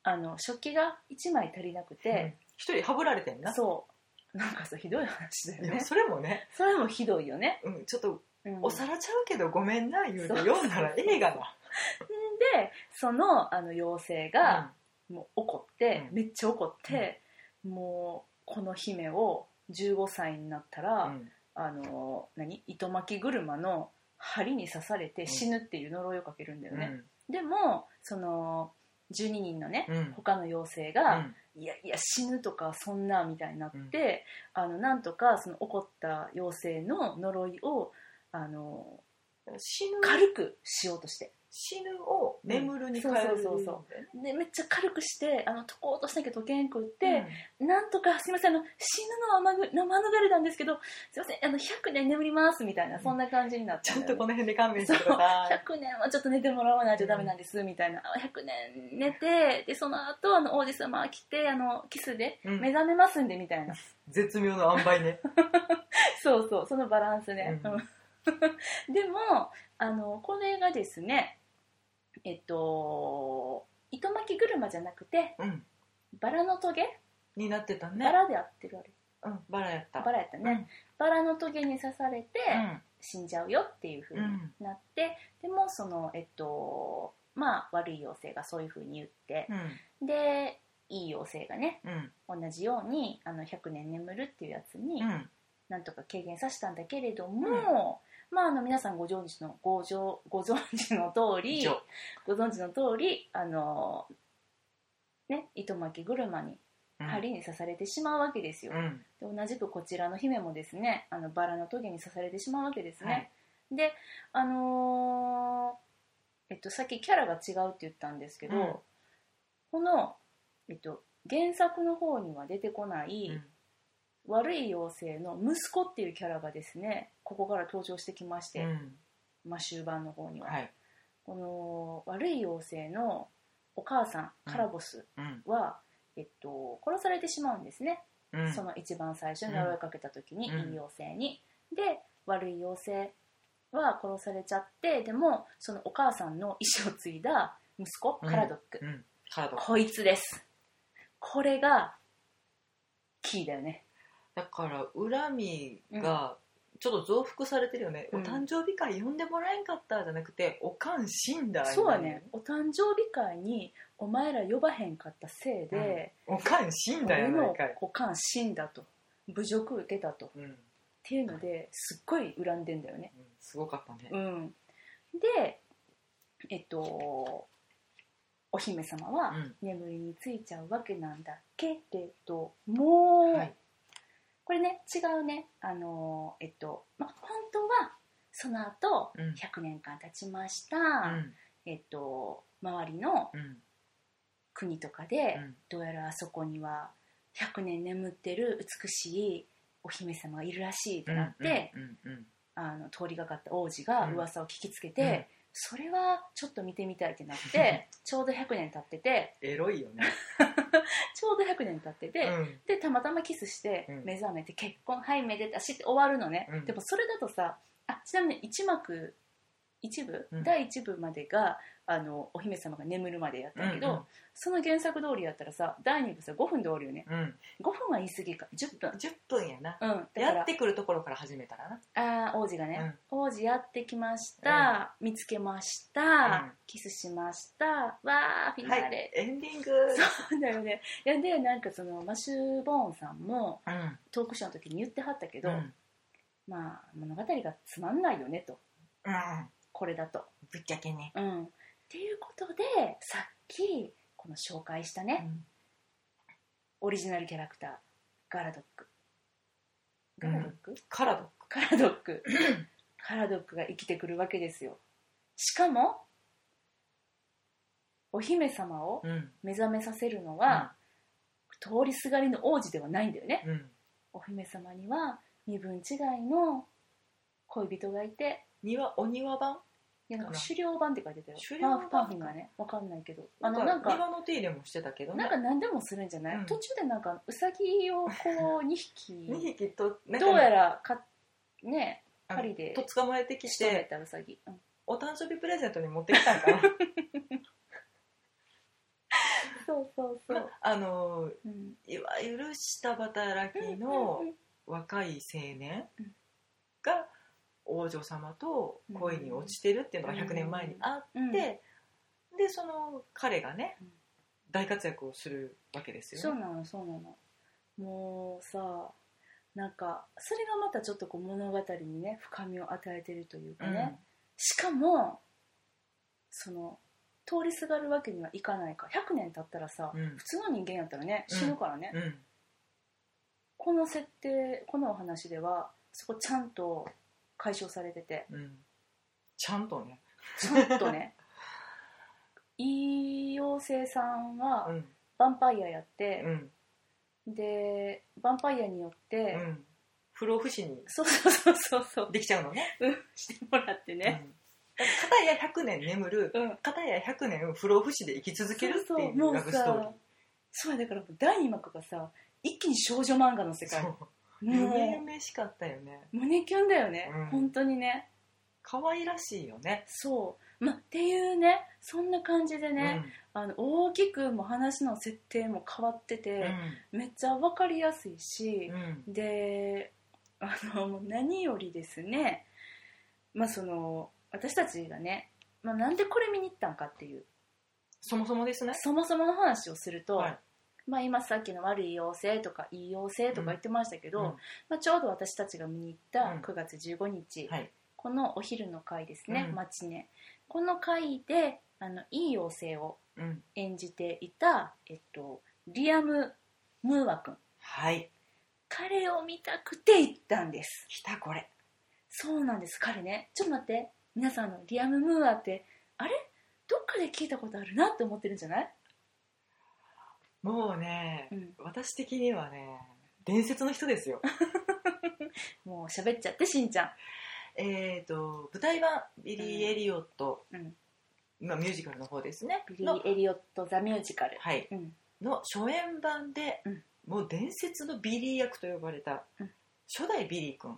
Speaker 1: あの食器が1枚足りなく
Speaker 2: うん
Speaker 1: て、
Speaker 2: 一人はぶられてんな
Speaker 1: そうなんかそうひどい話だ
Speaker 2: い
Speaker 1: よ
Speaker 2: や
Speaker 1: ね
Speaker 2: それもね、
Speaker 1: それもひどいよね、
Speaker 2: うん、ちょっと
Speaker 1: うん
Speaker 2: お皿ちゃうけどごめんな言うて
Speaker 1: そう
Speaker 2: 読んだら映画だ
Speaker 1: でそのあの妖精が、もう怒って、
Speaker 2: うん
Speaker 1: めっちゃ怒って、もうこの姫を15歳になったら、
Speaker 2: うんうん
Speaker 1: あの何糸巻き車の針に刺されて死ぬっていう呪いをかけるんだよね、でもその12人のね、
Speaker 2: うんうん
Speaker 1: 他の妖精
Speaker 2: う
Speaker 1: が、
Speaker 2: ん
Speaker 1: いやいや死ぬとかそんなみたいになって、あのなんとかその怒った妖精の呪いをあの
Speaker 2: 死ぬ
Speaker 1: 軽くしようとして
Speaker 2: 死ぬを眠るに変える
Speaker 1: うんそうそうそうそでめっちゃ軽くしてあの解こうとしなきゃ解けんくっ
Speaker 2: うん
Speaker 1: て、なんとかすいませんあの死ぬのはまぐ生逃れたんですけどすいませんあの100年眠りますみたいなそんな感じになっ
Speaker 2: ち
Speaker 1: ちゃ
Speaker 2: ゃ
Speaker 1: うんだよ
Speaker 2: と
Speaker 1: ね
Speaker 2: この辺で勘弁し
Speaker 1: そう
Speaker 2: てください
Speaker 1: 100年はちょっと寝てもらわないとダメなんですみたいな、100年寝てでその後あの王子様が来てあのキスで
Speaker 2: うん
Speaker 1: 目覚めますんでみたいな、
Speaker 2: 絶妙の塩梅ね
Speaker 1: そうそうそのバランスね、
Speaker 2: うん
Speaker 1: でもあのこれがですねえっと糸巻き車じゃなくて
Speaker 2: うん
Speaker 1: バラのトゲ、
Speaker 2: になってた
Speaker 1: バ
Speaker 2: ね
Speaker 1: ラで合ってるあれ
Speaker 2: うんバラやった
Speaker 1: バラやったね、バラのトゲに刺されて
Speaker 2: うん
Speaker 1: 死んじゃうよっていう風
Speaker 2: う
Speaker 1: に
Speaker 2: ん
Speaker 1: なって、でもそのえっとまあ悪い妖精がそういう風に言って、
Speaker 2: うん
Speaker 1: でいい妖精がね
Speaker 2: うん
Speaker 1: 同じようにあの100年眠るっていうやつに、
Speaker 2: うん
Speaker 1: なんとか軽減させたんだけれども、まああの皆さんご存知のご上ご存知の通
Speaker 2: 以
Speaker 1: り
Speaker 2: 上
Speaker 1: ご存知の通りあのね糸巻き車に
Speaker 2: うん
Speaker 1: 針に刺されてしまうわけですよ
Speaker 2: う、ん
Speaker 1: で同じくこちらの姫もですねあのバラの棘に刺されてしまうわけですね、
Speaker 2: はい
Speaker 1: であのーえっとさっきキャラが違うって言ったんですけど、
Speaker 2: うん
Speaker 1: この、えっと、原作の方には出てこない、
Speaker 2: うん
Speaker 1: 悪い妖精の息子っていうキャラがですねここから登場してきまして、
Speaker 2: うん
Speaker 1: まあ、終盤の方には、
Speaker 2: はい
Speaker 1: この悪い妖精のお母さんカラボス
Speaker 2: うん
Speaker 1: は、えっと、殺されてしまうんですね
Speaker 2: うん
Speaker 1: その一番最初に呪いかけた時に、
Speaker 2: うん
Speaker 1: いい妖精にで悪い妖精は殺されちゃってでもそのお母さんの意志を継いだ息子
Speaker 2: うん
Speaker 1: カラドック、
Speaker 2: うんカード
Speaker 1: こいつですこれがキーだよね
Speaker 2: だから恨みがちょっと増幅されてるよね、
Speaker 1: うん
Speaker 2: お誕生日会呼んでもらえんかったじゃなくておかん死んだ
Speaker 1: そうやねお誕生日会にお前ら呼ばへんかったせいで、
Speaker 2: おかん死んだ
Speaker 1: 俺
Speaker 2: やな
Speaker 1: の
Speaker 2: いかい、
Speaker 1: おかん死んだと侮辱受けたとっ
Speaker 2: うんうん、
Speaker 1: ていうのですっごい恨んでんだよね
Speaker 2: すごかったね
Speaker 1: うんでえっとお姫様は
Speaker 2: うん
Speaker 1: 眠りについちゃうわけなんだけれども、
Speaker 2: はい
Speaker 1: これね違うねあのえっと、ま、本当はその後
Speaker 2: うん
Speaker 1: 100年間経ちました、
Speaker 2: うん
Speaker 1: えっと周りの
Speaker 2: うん
Speaker 1: 国とかで、
Speaker 2: うん
Speaker 1: どうやらあそこには100年眠ってる美しいお姫様がいるらしいってなって、
Speaker 2: うんうん
Speaker 1: あの通りがかった王子が
Speaker 2: うん
Speaker 1: 噂を聞きつけて、
Speaker 2: うん
Speaker 1: それはちょっと見てみたいってなって ちょうど100年経ってて
Speaker 2: エロいよね、
Speaker 1: ちょうど100年経ってて、
Speaker 2: うん
Speaker 1: でたまたまキスして
Speaker 2: うん
Speaker 1: 目覚めて結婚はいめでたしって終わるのね、
Speaker 2: うん
Speaker 1: でもそれだとさあちなみに一幕一部、
Speaker 2: うん
Speaker 1: 第一部までがあのお姫様が眠るまでやったけど、その原作通りやったらさ第2部さ5分で終わるよね
Speaker 2: うんうん、
Speaker 1: 5分は言い過ぎか10分
Speaker 2: 10分やな
Speaker 1: うんだか
Speaker 2: や
Speaker 1: ら
Speaker 2: ってくるところから始めたらな
Speaker 1: あー王子がね、王子やってきました、見つけました、
Speaker 2: うん
Speaker 1: キスしましたわーフィ
Speaker 2: は
Speaker 1: ナー
Speaker 2: い
Speaker 1: レ、
Speaker 2: エンディング
Speaker 1: そう だよねいやでなんかそのマシュー・ボーンさんも
Speaker 2: うん
Speaker 1: トークショーの時に言ってはったけど、
Speaker 2: うん
Speaker 1: まあ物語がつまんないよねと
Speaker 2: うん
Speaker 1: これだと
Speaker 2: ぶっちゃけね
Speaker 1: うんていうことでさっきこの紹介したね、
Speaker 2: うん
Speaker 1: オリジナルキャラクターガラドックガラドック、
Speaker 2: カラド
Speaker 1: カラドックカラドックが生きてくるわけですよしかもお姫様を
Speaker 2: うん
Speaker 1: 目覚めさせるのは、通りすがりの王子ではないんだよね
Speaker 2: うん
Speaker 1: お姫様には身分違いの恋人がいて
Speaker 2: 庭お庭版
Speaker 1: いやなん
Speaker 2: あ
Speaker 1: から狩猟版って書いてたよ
Speaker 2: 狩
Speaker 1: パ
Speaker 2: 猟版
Speaker 1: ーフパーフィンがねわかんないけどあのなんか
Speaker 2: 庭の手入れもしてたけどね
Speaker 1: なんか何でもするんじゃない、
Speaker 2: うん
Speaker 1: 途中でなんかウサギをこう2
Speaker 2: 2
Speaker 1: 匹
Speaker 2: 匹となんかね
Speaker 1: どうやらかね
Speaker 2: あの
Speaker 1: 狩りで
Speaker 2: と捕まえてき
Speaker 1: 仕留め
Speaker 2: て
Speaker 1: たウサギ、うん
Speaker 2: お誕生日プレゼントに持ってきた んかな
Speaker 1: そうそうそ
Speaker 2: ま
Speaker 1: う、
Speaker 2: あの
Speaker 1: うん、
Speaker 2: いわゆる下働きの
Speaker 1: うんうん
Speaker 2: 若い青年
Speaker 1: うん
Speaker 2: が王女様と恋に落ちてるっていうのが100年前にあって、
Speaker 1: うん
Speaker 2: でその彼がね
Speaker 1: うん
Speaker 2: 大活躍をするわけです
Speaker 1: そ
Speaker 2: よ
Speaker 1: う
Speaker 2: ね。
Speaker 1: なのそうなのもうさなんかそれがまたちょっとこう物語にね深みを与えてるというかね、しかもその通りすがるわけにはいかないから100年経ったらさ、
Speaker 2: うんうん
Speaker 1: 普通の人間やったらね
Speaker 2: うん
Speaker 1: 死ぬからね、
Speaker 2: うん
Speaker 1: この設定このお話ではそこちゃんと解消されてて
Speaker 2: うん、ちゃんとね、
Speaker 1: ちゃんと ねいい妖精さん
Speaker 2: う
Speaker 1: は
Speaker 2: ん
Speaker 1: ヴァンパイアやって
Speaker 2: う、ん
Speaker 1: でヴァンパイアによって、
Speaker 2: うん、不老不死に
Speaker 1: そうそうそうそうそう
Speaker 2: できちゃうのね。
Speaker 1: うんしてもらってね、
Speaker 2: うん片や100年眠る
Speaker 1: うん
Speaker 2: 片や100年不老不死で生き続けるって
Speaker 1: そう
Speaker 2: い
Speaker 1: そうも
Speaker 2: う
Speaker 1: う
Speaker 2: ラブストーリー
Speaker 1: さ。そうやだから第2幕がさ一気に少女漫画の世界
Speaker 2: そ
Speaker 1: も
Speaker 2: う
Speaker 1: う
Speaker 2: 夢々しかったよね
Speaker 1: 胸キュンだよね、
Speaker 2: うん
Speaker 1: 本当にね
Speaker 2: 可愛らしいよね
Speaker 1: そう、ま、っていうねそんな感じでね、あの大きくも話の設定も変わって
Speaker 2: うん
Speaker 1: て、めっちゃ分かりやすいし
Speaker 2: う、ん
Speaker 1: であの もう何よりですねまあその私たちがね、まあ、なんでこれ見に行ったんかっていう
Speaker 2: そもそもですね
Speaker 1: そもそもの話をすると、
Speaker 2: はい
Speaker 1: まあ、今さっきの悪い妖精とかいい妖精とか言ってましたけど、
Speaker 2: うん
Speaker 1: まあ、ちょうど私たちが見に行った
Speaker 2: うん
Speaker 1: 9月15日、
Speaker 2: はい
Speaker 1: このお昼の回ですね、
Speaker 2: うん
Speaker 1: マチネこの回であのいい妖精を
Speaker 2: うん
Speaker 1: 演じていた、えっと、リアム・ムーア君
Speaker 2: はい
Speaker 1: 彼を見たくて行ったんです
Speaker 2: 来たこれ
Speaker 1: そうなんです彼ねちょっと待って皆さんあのリアム・ムーアってあれどっかで聞いたことあるなって思ってるんじゃない、
Speaker 2: もうね
Speaker 1: うん、
Speaker 2: 私的にはね伝説の 人ですよ
Speaker 1: もう喋っちゃってしんちゃ
Speaker 2: えっと舞台版ビリー・エリオット
Speaker 1: ん、うん、
Speaker 2: まあミュージカルの方ですね
Speaker 1: ビリ
Speaker 2: の
Speaker 1: ー・エリオット・ザ・ミュージカル
Speaker 2: はい
Speaker 1: うん
Speaker 2: の初演版で、
Speaker 1: うん
Speaker 2: もう伝説のビリー役と呼ばれた、
Speaker 1: うん
Speaker 2: 初代ビリー君、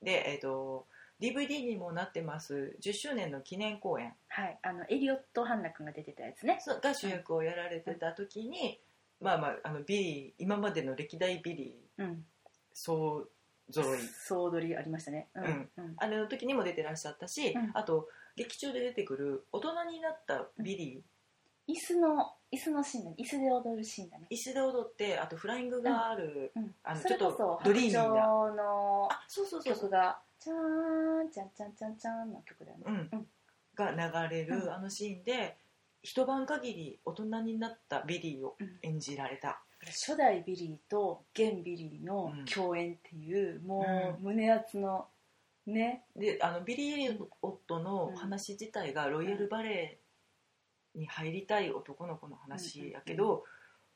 Speaker 1: い
Speaker 2: で、えー、と DVD にもなってます10周年の記念公演
Speaker 1: はい、あのエリオット・ハンナ君が出てたやつね。
Speaker 2: そうが主役をやられてた時に、まあまああのビリー今までの歴代ビリー
Speaker 1: うん。
Speaker 2: 総揃い
Speaker 1: 総踊りありましたね。うん。
Speaker 2: うん
Speaker 1: うん
Speaker 2: あれの時にも出てらっしゃったし、
Speaker 1: うん
Speaker 2: あと劇中で出てくる大人になったビリー、
Speaker 1: 椅子の椅子のシーンだね。椅子で踊るシーンだね。
Speaker 2: 石田踊ってあとフライングがある、
Speaker 1: うん。
Speaker 2: あの
Speaker 1: それこ
Speaker 2: ちょ
Speaker 1: そ
Speaker 2: っと
Speaker 1: 白
Speaker 2: ドリーミ
Speaker 1: 鳥
Speaker 2: ーな
Speaker 1: の
Speaker 2: あそうそうそうそ
Speaker 1: 曲
Speaker 2: う
Speaker 1: がチャーンチャンチャンチャンチャンの曲だよね。
Speaker 2: うん
Speaker 1: うん
Speaker 2: が流れ
Speaker 1: うん
Speaker 2: るあのシーンで一晩限り大人になったビリーを
Speaker 1: うん
Speaker 2: 演じられた、
Speaker 1: 初代ビリーと現ビリーの
Speaker 2: うん
Speaker 1: 共演っていう、もう
Speaker 2: う
Speaker 1: 胸熱のね、
Speaker 2: であのビリー・エリオットの話自体がロイヤルバレエに入りたい男の子の話やけど、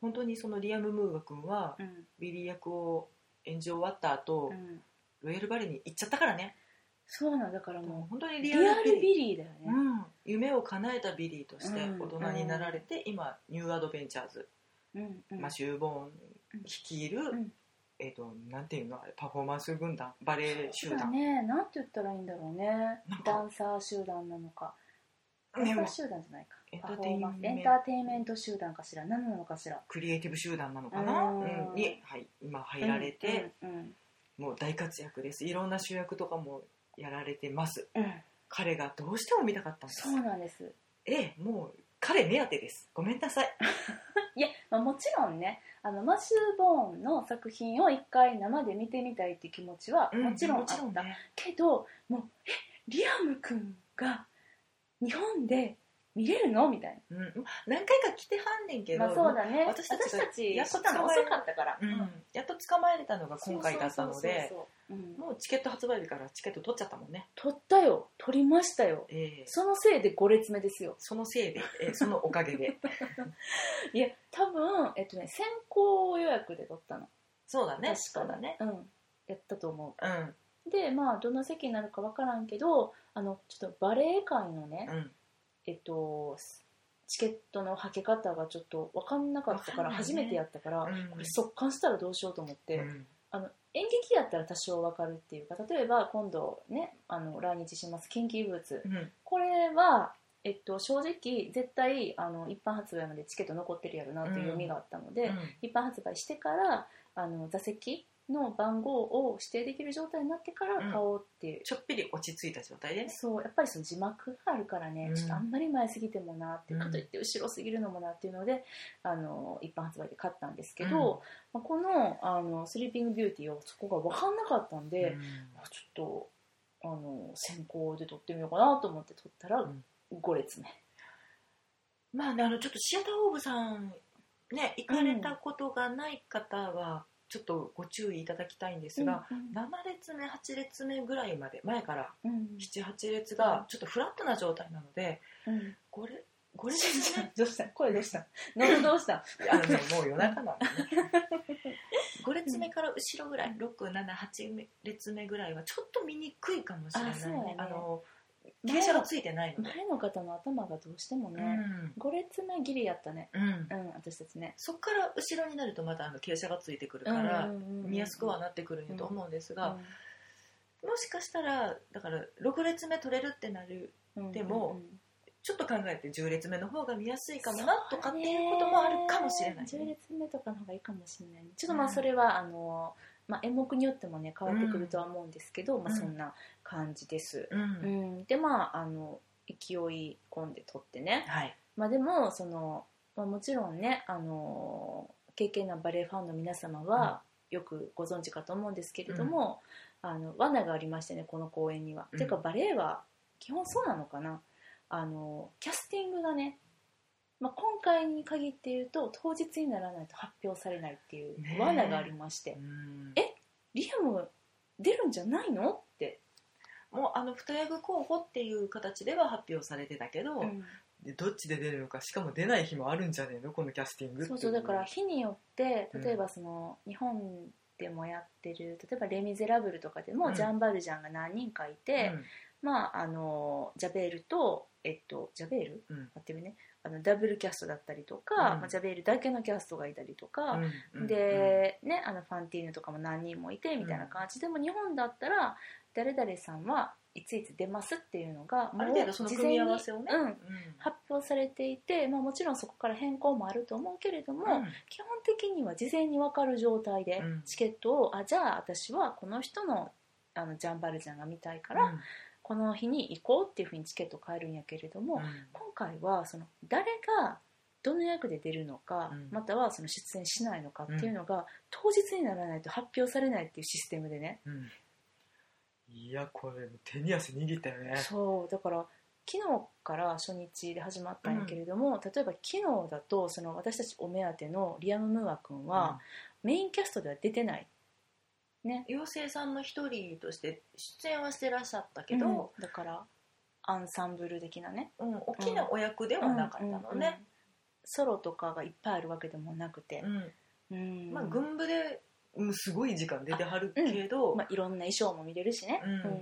Speaker 2: 本当にそのリアム・ムーア君は
Speaker 1: うん
Speaker 2: ビリー役を演じ終わった後、
Speaker 1: うん
Speaker 2: ロイヤルバレエに行っちゃったからね
Speaker 1: そうなんだから
Speaker 2: もう
Speaker 1: も
Speaker 2: 本当に
Speaker 1: う
Speaker 2: リ
Speaker 1: リ
Speaker 2: アル
Speaker 1: ア
Speaker 2: ビリ
Speaker 1: ル
Speaker 2: ー
Speaker 1: ビリーだよ
Speaker 2: う
Speaker 1: ね。
Speaker 2: ん、夢を叶えたビリーとして
Speaker 1: うん
Speaker 2: 大人になられて、今ニューアドベンチャーズ
Speaker 1: うんうん
Speaker 2: マシュー・ボーン率いる、
Speaker 1: ん
Speaker 2: えっ、となんていうのあれパフォーマンス軍団バレエ集
Speaker 1: そうだ
Speaker 2: 団、
Speaker 1: ね、なんて言ったらいいんだろうね
Speaker 2: なん。か
Speaker 1: ダンサー集団なのか。ダン
Speaker 2: で
Speaker 1: サ
Speaker 2: も
Speaker 1: ー集団じゃないか。
Speaker 2: エンタ
Speaker 1: パフォ
Speaker 2: ーテイ
Speaker 1: ー
Speaker 2: ン
Speaker 1: マンスエン
Speaker 2: メン
Speaker 1: タ
Speaker 2: ト
Speaker 1: ーテインメント集団かしら。何なのかしら。
Speaker 2: クリエイティブ集団なのかな、
Speaker 1: うん
Speaker 2: うんに、はい、今入られて、
Speaker 1: うん。うん
Speaker 2: もう大活躍ですいろんな主役とかもやられてます
Speaker 1: うん
Speaker 2: 彼がどうしても見たかったんで
Speaker 1: そ
Speaker 2: す
Speaker 1: うなんです。
Speaker 2: ええもう彼目当てですごめんなさい
Speaker 1: いや、まあ、もちろんね、あのマシュー・ボーンの作品を一回生で見てみたいっていう気持ちは
Speaker 2: うん
Speaker 1: もちろんあ
Speaker 2: も
Speaker 1: った。
Speaker 2: ちろんね
Speaker 1: けど、もうえリアム君が日本で見れるのみたいな。
Speaker 2: うん、何回か来てはんねんけど、
Speaker 1: まあそうだね。私
Speaker 2: 私
Speaker 1: たち
Speaker 2: たちが
Speaker 1: 知
Speaker 2: やっと
Speaker 1: ったの遅かったから。
Speaker 2: うん
Speaker 1: うん
Speaker 2: やっと捕まえれたのが今回だった
Speaker 1: そう
Speaker 2: ので
Speaker 1: そうそうそううん
Speaker 2: もうチケット発売日からチケット取っちゃったもんね、
Speaker 1: 取ったよ。取りましたよ。
Speaker 2: ええ
Speaker 1: そのせいで5列目ですよ。
Speaker 2: そのせいで、 ええそのおかげで
Speaker 1: いや、多分、えっとね、先行予約で取ったの。
Speaker 2: そうだ
Speaker 1: 確
Speaker 2: ね
Speaker 1: か
Speaker 2: そうだね
Speaker 1: うん。やったと思
Speaker 2: うん
Speaker 1: う。で、まあ、どんな席になるかわからんけど、あの、ちょっとバレエ界のね、
Speaker 2: うん
Speaker 1: えっと、チケットのはけ方がちょっと分かんなかったから、
Speaker 2: わかんない
Speaker 1: 初
Speaker 2: ね
Speaker 1: めてやったから、
Speaker 2: うん
Speaker 1: これ速乾したらどうしようと思って、
Speaker 2: うん
Speaker 1: あの演劇やったら多少分かるっていうか例えば今度ねあの来日します緊急ブーツ
Speaker 2: うん
Speaker 1: これは、えっと、正直絶対あの一般発売までチケット残ってるやろなっていう読みがあったので、
Speaker 2: うん
Speaker 1: 一般発売してからあの座席の番号を指定できる状態になってから買おうっていう、
Speaker 2: ちょっぴり落ち着いた状態でね
Speaker 1: そうやっぱりその字幕があるからね、
Speaker 2: うん
Speaker 1: ちょっとあんまり前すぎてもなって、
Speaker 2: うん
Speaker 1: かといって後ろすぎるのもなっていうのであの一般発売で買ったんですけど、まあこのあの「スリーピングビューティー」をそこが分かんなかったんで、
Speaker 2: うん
Speaker 1: まあちょっとあの先行で撮ってみようかなと思って撮ったら
Speaker 2: ん
Speaker 1: 5列目、
Speaker 2: まあね、あのちょっとシアターオーブさんね行かれたことがない方はちょっとご注意いただきたいんですが、
Speaker 1: うん
Speaker 2: 7列目8列目ぐらいまで前から
Speaker 1: うん
Speaker 2: 78列がちょっとフラットな状態なので
Speaker 1: うん
Speaker 2: これこれですね
Speaker 1: どうした声どうした喉 どうした
Speaker 2: あのねもう夜中なんでね5列目から後ろぐらい678列目ぐらいはちょっと見にくいかもしれない
Speaker 1: あ
Speaker 2: ね
Speaker 1: そうやね
Speaker 2: あの傾
Speaker 1: 前
Speaker 2: 斜
Speaker 1: の
Speaker 2: がついてないので、
Speaker 1: 前の方の頭がどうしても
Speaker 2: う
Speaker 1: ね、
Speaker 2: ん
Speaker 1: 5列目ギリやったね
Speaker 2: うん
Speaker 1: う、ん私たちね
Speaker 2: そこから後ろになるとまたあの傾斜がついてくるから、見やすくは
Speaker 1: な
Speaker 2: なってくるんやと思うんですが、
Speaker 1: っ
Speaker 2: もしかしたらだから6列目取れるってなるでもちょっと考えて10列目の方が見やすいかもなとかっていうこともあるかもしれない、
Speaker 1: そうね10
Speaker 2: ね、
Speaker 1: 列目とかの方がいいかもしれないねちょっとまあ
Speaker 2: うん
Speaker 1: それは、あのまあ、演目によってもね変わってくるとは思うんですけど、まあ、
Speaker 2: うん
Speaker 1: そんな感じです、
Speaker 2: うん、
Speaker 1: うんでまああの勢い込んで撮ってね、
Speaker 2: はい、
Speaker 1: まあ、でもその、まあ、もちろんねあの経験なバレエファンの皆様はよくご存知かと思うんですけれども、あの罠がありましてねこの公演には。
Speaker 2: うん
Speaker 1: ていうかバレエは基本そうなのかなあのキャスティングがね、まあ、今回に限って言うと当日にならないと発表されないっていう
Speaker 2: ねえ
Speaker 1: 罠がありまして、
Speaker 2: うん
Speaker 1: えリアム出るんじゃないのって、
Speaker 2: もうあの二役候補っていう形では発表されてたけど、でどっちで出るのかしかも出ない日もあるんじゃねえのこのキャスティングってい
Speaker 1: そうそうだから日によって例えばその、日本でもやってる例えば「レ・ミゼラブル」とかでも、
Speaker 2: うん
Speaker 1: ジャン・バルジャンが何人かいて、まああのジャベールとえっとジャベール
Speaker 2: うんうん
Speaker 1: 合ってるねあのダブルキャストだったりとか、
Speaker 2: うん
Speaker 1: まあ、ジャベールだけのキャストがいたりとか、
Speaker 2: うんうん
Speaker 1: で、ね、あのファンティーヌとかも何人もいてみたいな感じ、でも日本だったら誰々さんはいついつ出ますっていうのが
Speaker 2: ある程度その組み合わせをね、
Speaker 1: もう事前にうん発表されていて、まあ、もちろんそこから変更もあると思うけれども、
Speaker 2: うん
Speaker 1: 基本的には事前に分かる状態で
Speaker 2: うん
Speaker 1: チケットを、あじゃあ私はこの人のあのジャンバルジャンが見たいから、
Speaker 2: うん
Speaker 1: この日に行こうっていうふうにチケットを買えるんやけれども、
Speaker 2: うん
Speaker 1: 今回はその誰がどの役で出るのか、
Speaker 2: うん
Speaker 1: またはその出演しないのかっていうのが、当日にならないと発表されないっていうシステムでね、
Speaker 2: うんいやこれ手に汗握ったよね
Speaker 1: そうだから昨日から初日で始まったんやけれども、例えば昨日だとその私たちお目当てのリアム・ムーア君は、メインキャストでは出てない
Speaker 2: 妖精さんの一人として出演はしてらっしゃったけど、
Speaker 1: うんだからアンサンブル的なね
Speaker 2: うん大きなお役ではなかったの
Speaker 1: うんうん
Speaker 2: ね、
Speaker 1: ソロとかがいっぱいあるわけでもなくて、うん
Speaker 2: まあ、群舞で、うん、すごい時間出てはるけど、
Speaker 1: まあ、いろんな衣装も見れるしね、
Speaker 2: うん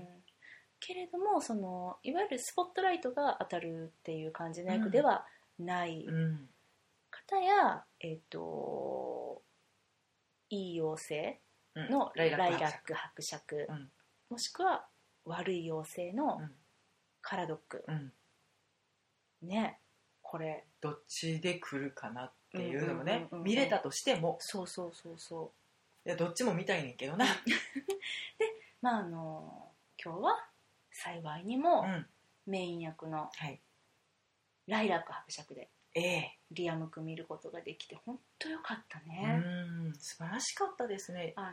Speaker 1: けれどもそのいわゆるスポットライトが当たるっていう感じの役ではない
Speaker 2: うん
Speaker 1: 方や、えっ、といい妖
Speaker 2: うん
Speaker 1: 精のライラ
Speaker 2: 伯爵
Speaker 1: ック伯爵、
Speaker 2: うん
Speaker 1: もしくは悪い妖精の
Speaker 2: うん
Speaker 1: カラドック、
Speaker 2: うん、
Speaker 1: ねこれ
Speaker 2: どっちで来るかなっていうのもね、
Speaker 1: うんうんうんうん
Speaker 2: 見れたとしても
Speaker 1: そうそうそうそう
Speaker 2: いやどっちも見たいねんけどな、
Speaker 1: まああの今日は幸いに
Speaker 2: う
Speaker 1: も
Speaker 2: ん
Speaker 1: メイン役の
Speaker 2: はい、
Speaker 1: ライラック伯爵で
Speaker 2: ええ
Speaker 1: リアム君見ることができて本当よかった
Speaker 2: う
Speaker 1: ね、
Speaker 2: ん素晴らしかったですね
Speaker 1: あの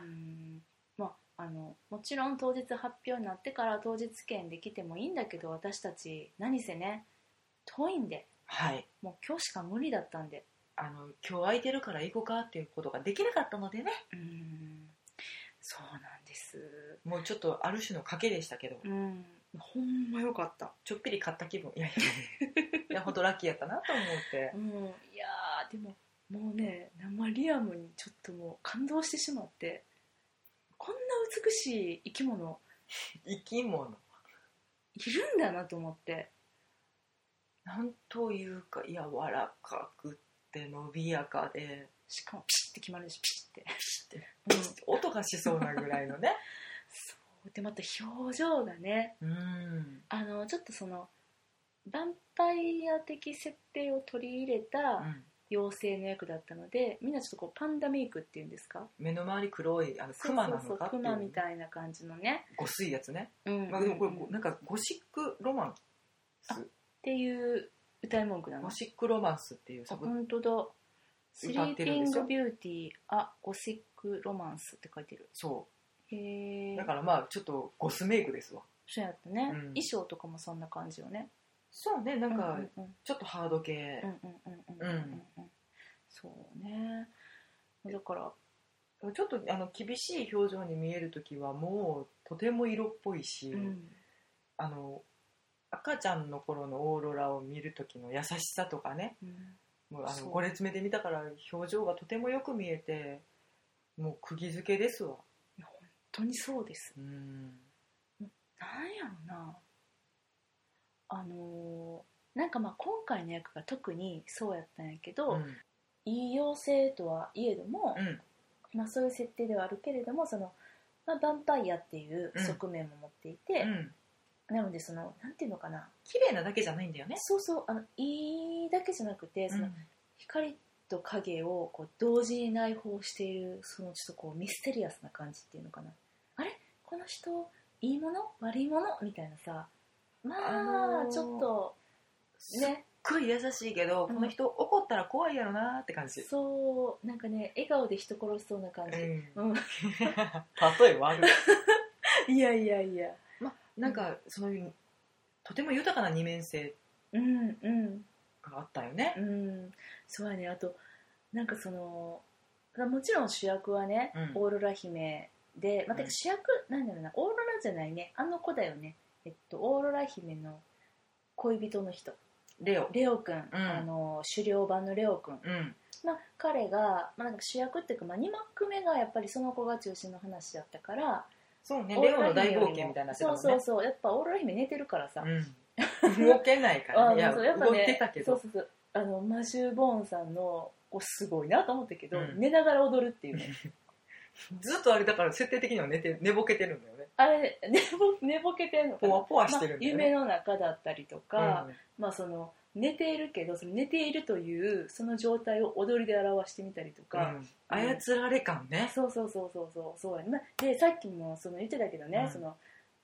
Speaker 1: まああのもちろん当日発表になってから当日券で来てもいいんだけど私たち何せね遠いんで
Speaker 2: はい
Speaker 1: もう今日しか無理だったんで
Speaker 2: あの今日空いてるから行こうかっていうことができなかったのでね
Speaker 1: うーんそうなんです
Speaker 2: もうちょっとある種の賭けでしたけど、
Speaker 1: うんほんまよかった
Speaker 2: ちょっぴり買った気分いやいやいや本当ラッキーやったなと思って
Speaker 1: うんいやーでももうね生リアムにちょっともう感動してしまってこんな美しい生き物
Speaker 2: 生き物
Speaker 1: いるんだなと思って
Speaker 2: なんというか柔らかくって伸びやかで
Speaker 1: しかもピシッて決まるしピシッて、うん
Speaker 2: 音がしそうなぐらいのね
Speaker 1: そうでまた表情がね
Speaker 2: うん
Speaker 1: あのちょっとそのヴァンパイア的設定を取り入れた
Speaker 2: うん
Speaker 1: 妖精の役だったのでみんなちょっとこうパンダメイクっていうんですか
Speaker 2: 目の周り黒いあのクマな
Speaker 1: そ
Speaker 2: の
Speaker 1: うそ
Speaker 2: か
Speaker 1: う
Speaker 2: って
Speaker 1: ク
Speaker 2: い
Speaker 1: マみ
Speaker 2: う
Speaker 1: たいな感じのね、
Speaker 2: ごすいやつね、
Speaker 1: うん
Speaker 2: まあ、でもこれ
Speaker 1: うん
Speaker 2: こ
Speaker 1: っ
Speaker 2: うなんかゴシックロマンス
Speaker 1: ていう歌い文句なの
Speaker 2: ゴシックロマンスっていう
Speaker 1: あ
Speaker 2: 作
Speaker 1: 本当だ「スリ
Speaker 2: 歌っ
Speaker 1: ー
Speaker 2: て
Speaker 1: ピ
Speaker 2: るん
Speaker 1: ン
Speaker 2: です
Speaker 1: グ
Speaker 2: よ
Speaker 1: ビューティーあゴシックロマンス」って書いてる
Speaker 2: そ
Speaker 1: へえ
Speaker 2: うだからまあちょっとゴスメイクですわ
Speaker 1: そうやったね、
Speaker 2: うん
Speaker 1: 衣装とかもそんな感じよね
Speaker 2: そうねな
Speaker 1: なん
Speaker 2: か
Speaker 1: うんうん
Speaker 2: ちょっとハード系、
Speaker 1: うんうんうんうんうんうんうんそうねだから
Speaker 2: ちょっとあの厳しい表情に見える時はもうとても色っぽいし、
Speaker 1: うん
Speaker 2: あの赤ちゃんの頃のオーロラを見る時の優しさとかね
Speaker 1: うん
Speaker 2: もうあ
Speaker 1: そ
Speaker 2: の
Speaker 1: う
Speaker 2: 5列目で見たから表情がとてもよく見えてもう釘付けですわ
Speaker 1: 本当にそうです
Speaker 2: うん
Speaker 1: なんやろなあのーなんかまあ今回の役が特にそうやったんやけど、
Speaker 2: うん
Speaker 1: いい妖精とはいえども、
Speaker 2: うん
Speaker 1: まあ、そういう設定ではあるけれどもその、まあ、ヴァンパイアっていう
Speaker 2: うん
Speaker 1: 側面も持っていて、
Speaker 2: うん
Speaker 1: なのでそのなんていうのかな
Speaker 2: 綺麗なだけじゃないんだよね
Speaker 1: そうそうあのいいだけじゃなくてその、
Speaker 2: うん
Speaker 1: 光と影をこう同時に内包しているそのちょっとこうミステリアスな感じっていうのかなあれこの人いいもの悪いものみたいなさま
Speaker 2: あ
Speaker 1: あ
Speaker 2: のー
Speaker 1: ちょっとね
Speaker 2: すっごい優しいけど、
Speaker 1: うん
Speaker 2: この人怒ったら怖いやろなって感じ、
Speaker 1: そうなんかね笑顔で人殺しそうな感じ、
Speaker 2: う
Speaker 1: う
Speaker 2: ん、
Speaker 1: ん、
Speaker 2: 例え悪い
Speaker 1: いやいやいや
Speaker 2: ま なんかそういうとても豊かな二面性
Speaker 1: うんうん
Speaker 2: があったよね
Speaker 1: うんそうやねあとなんかそのもちろん主役はね、
Speaker 2: うん
Speaker 1: オーロラ姫で、まあ、てか
Speaker 2: うん
Speaker 1: 主役、なんだろうなオーロラじゃないねあの子だよねえっとオーロラ姫の恋人の人
Speaker 2: レオ
Speaker 1: レオくん、あの狩猟版のレオくん、
Speaker 2: うん
Speaker 1: まあ、彼が、まあ、なんか主役っていうか、まあ、2幕目がやっぱりその子が中心の話だったから、
Speaker 2: そうね
Speaker 1: オー
Speaker 2: レ
Speaker 1: ロ
Speaker 2: オの
Speaker 1: ラ
Speaker 2: 大
Speaker 1: 姫よりも
Speaker 2: 冒険みたいになってたもんね
Speaker 1: そうそうそうやっぱオーロラ姫寝てるからさ、
Speaker 2: うん、 動けないからねいや
Speaker 1: あそうやっぱ
Speaker 2: 動い
Speaker 1: ね
Speaker 2: てたけ
Speaker 1: そ
Speaker 2: ど
Speaker 1: うそうそうあのマシュー・ボーンさんのこうすごいなと思ったけど、
Speaker 2: うん
Speaker 1: 寝ながら踊るっていうね
Speaker 2: ずっとあれだから設定的には寝て寝ぼけてるんだよね
Speaker 1: あれ寝ぼ 寝ぼけてんのか
Speaker 2: ポ
Speaker 1: な
Speaker 2: ワポワしてるんだよ
Speaker 1: まあ夢
Speaker 2: ね、
Speaker 1: の中だったりとか、まあその寝ているけどその寝ているというその状態を踊りで表してみたりと
Speaker 2: うん
Speaker 1: か、
Speaker 2: うん操られ感ね、
Speaker 1: そうそうそうそうそうそうやね、まあでさっきもその言ってたけどね、
Speaker 2: うん
Speaker 1: その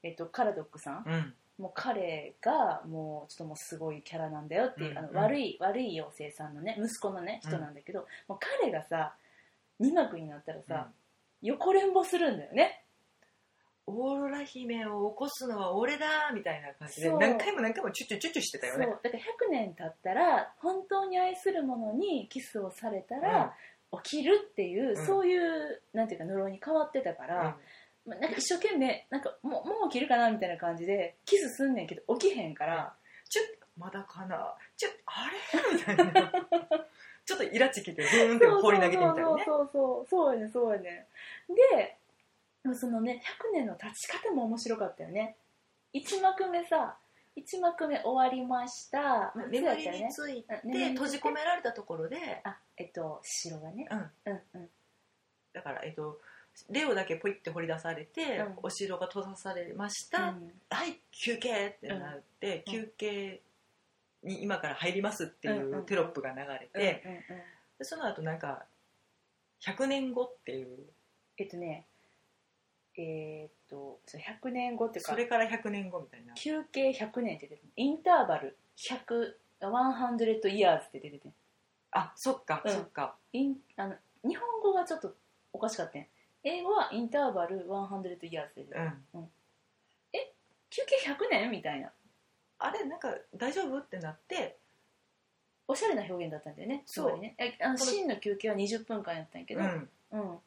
Speaker 1: えっと、カラドックさん、
Speaker 2: うん、
Speaker 1: もう彼がもうちょっともうすごいキャラなんだよっていう、
Speaker 2: うん
Speaker 1: あの
Speaker 2: うん
Speaker 1: 悪い悪い妖精さんのね息子のね
Speaker 2: うん
Speaker 1: 人なんだけど、もう彼がさ2幕になったらさ、横連ぼするんだよね
Speaker 2: オーロラ姫を起こすのは俺だみたいな感じで
Speaker 1: そう
Speaker 2: 何回も何回もチュチュチュチュしてたよね
Speaker 1: そうだから100年経ったら本当に愛する者にキスをされたら、起きるっていう、
Speaker 2: うん
Speaker 1: そういうなんていうか呪いに変わってたか
Speaker 2: うん
Speaker 1: ら、まあなんか一生懸命なんかもうもう起きるかなみたいな感じでキスすんねんけど起きへんから、
Speaker 2: チュッまだかなチュッあれみたいな ちょっとイラチきてブーンって放り投げてみたりね
Speaker 1: そうそうそうそうそうやねそうやねででもそのね100年の立ち方も面白かったよね1幕目さ1幕目終わりましたまあそうや
Speaker 2: 眠
Speaker 1: ったよ
Speaker 2: り
Speaker 1: ね
Speaker 2: について
Speaker 1: うん眠りについて
Speaker 2: 閉じ込められたところで、
Speaker 1: あえっと城がね
Speaker 2: うん、
Speaker 1: うんうん
Speaker 2: だから、えっと、レオだけポイって掘り出されて、
Speaker 1: うん
Speaker 2: お城が閉ざされました、
Speaker 1: うん
Speaker 2: はい休憩ってなって、
Speaker 1: うん
Speaker 2: 休憩に今から入りますって
Speaker 1: うん
Speaker 2: いううんテロップが流れて、
Speaker 1: うんうんうん
Speaker 2: でその後なんか100年後っていう
Speaker 1: えっとねえーっとそう100年後っていうか
Speaker 2: それから100年後みたいな
Speaker 1: 休憩100年って出てるインターバル100 100 years って出てて
Speaker 2: あそっか、
Speaker 1: うん
Speaker 2: そっか
Speaker 1: インあの日本語はちょっとおかしかったんや英語はインターバル100 years で、
Speaker 2: うん
Speaker 1: 休憩100年みたいな
Speaker 2: あれなんか大丈夫ってなって
Speaker 1: おしゃれな表現だったんだよねすごいねえあの
Speaker 2: この
Speaker 1: 真の休憩は20分間やったんやけど、
Speaker 2: う
Speaker 1: うん
Speaker 2: ん、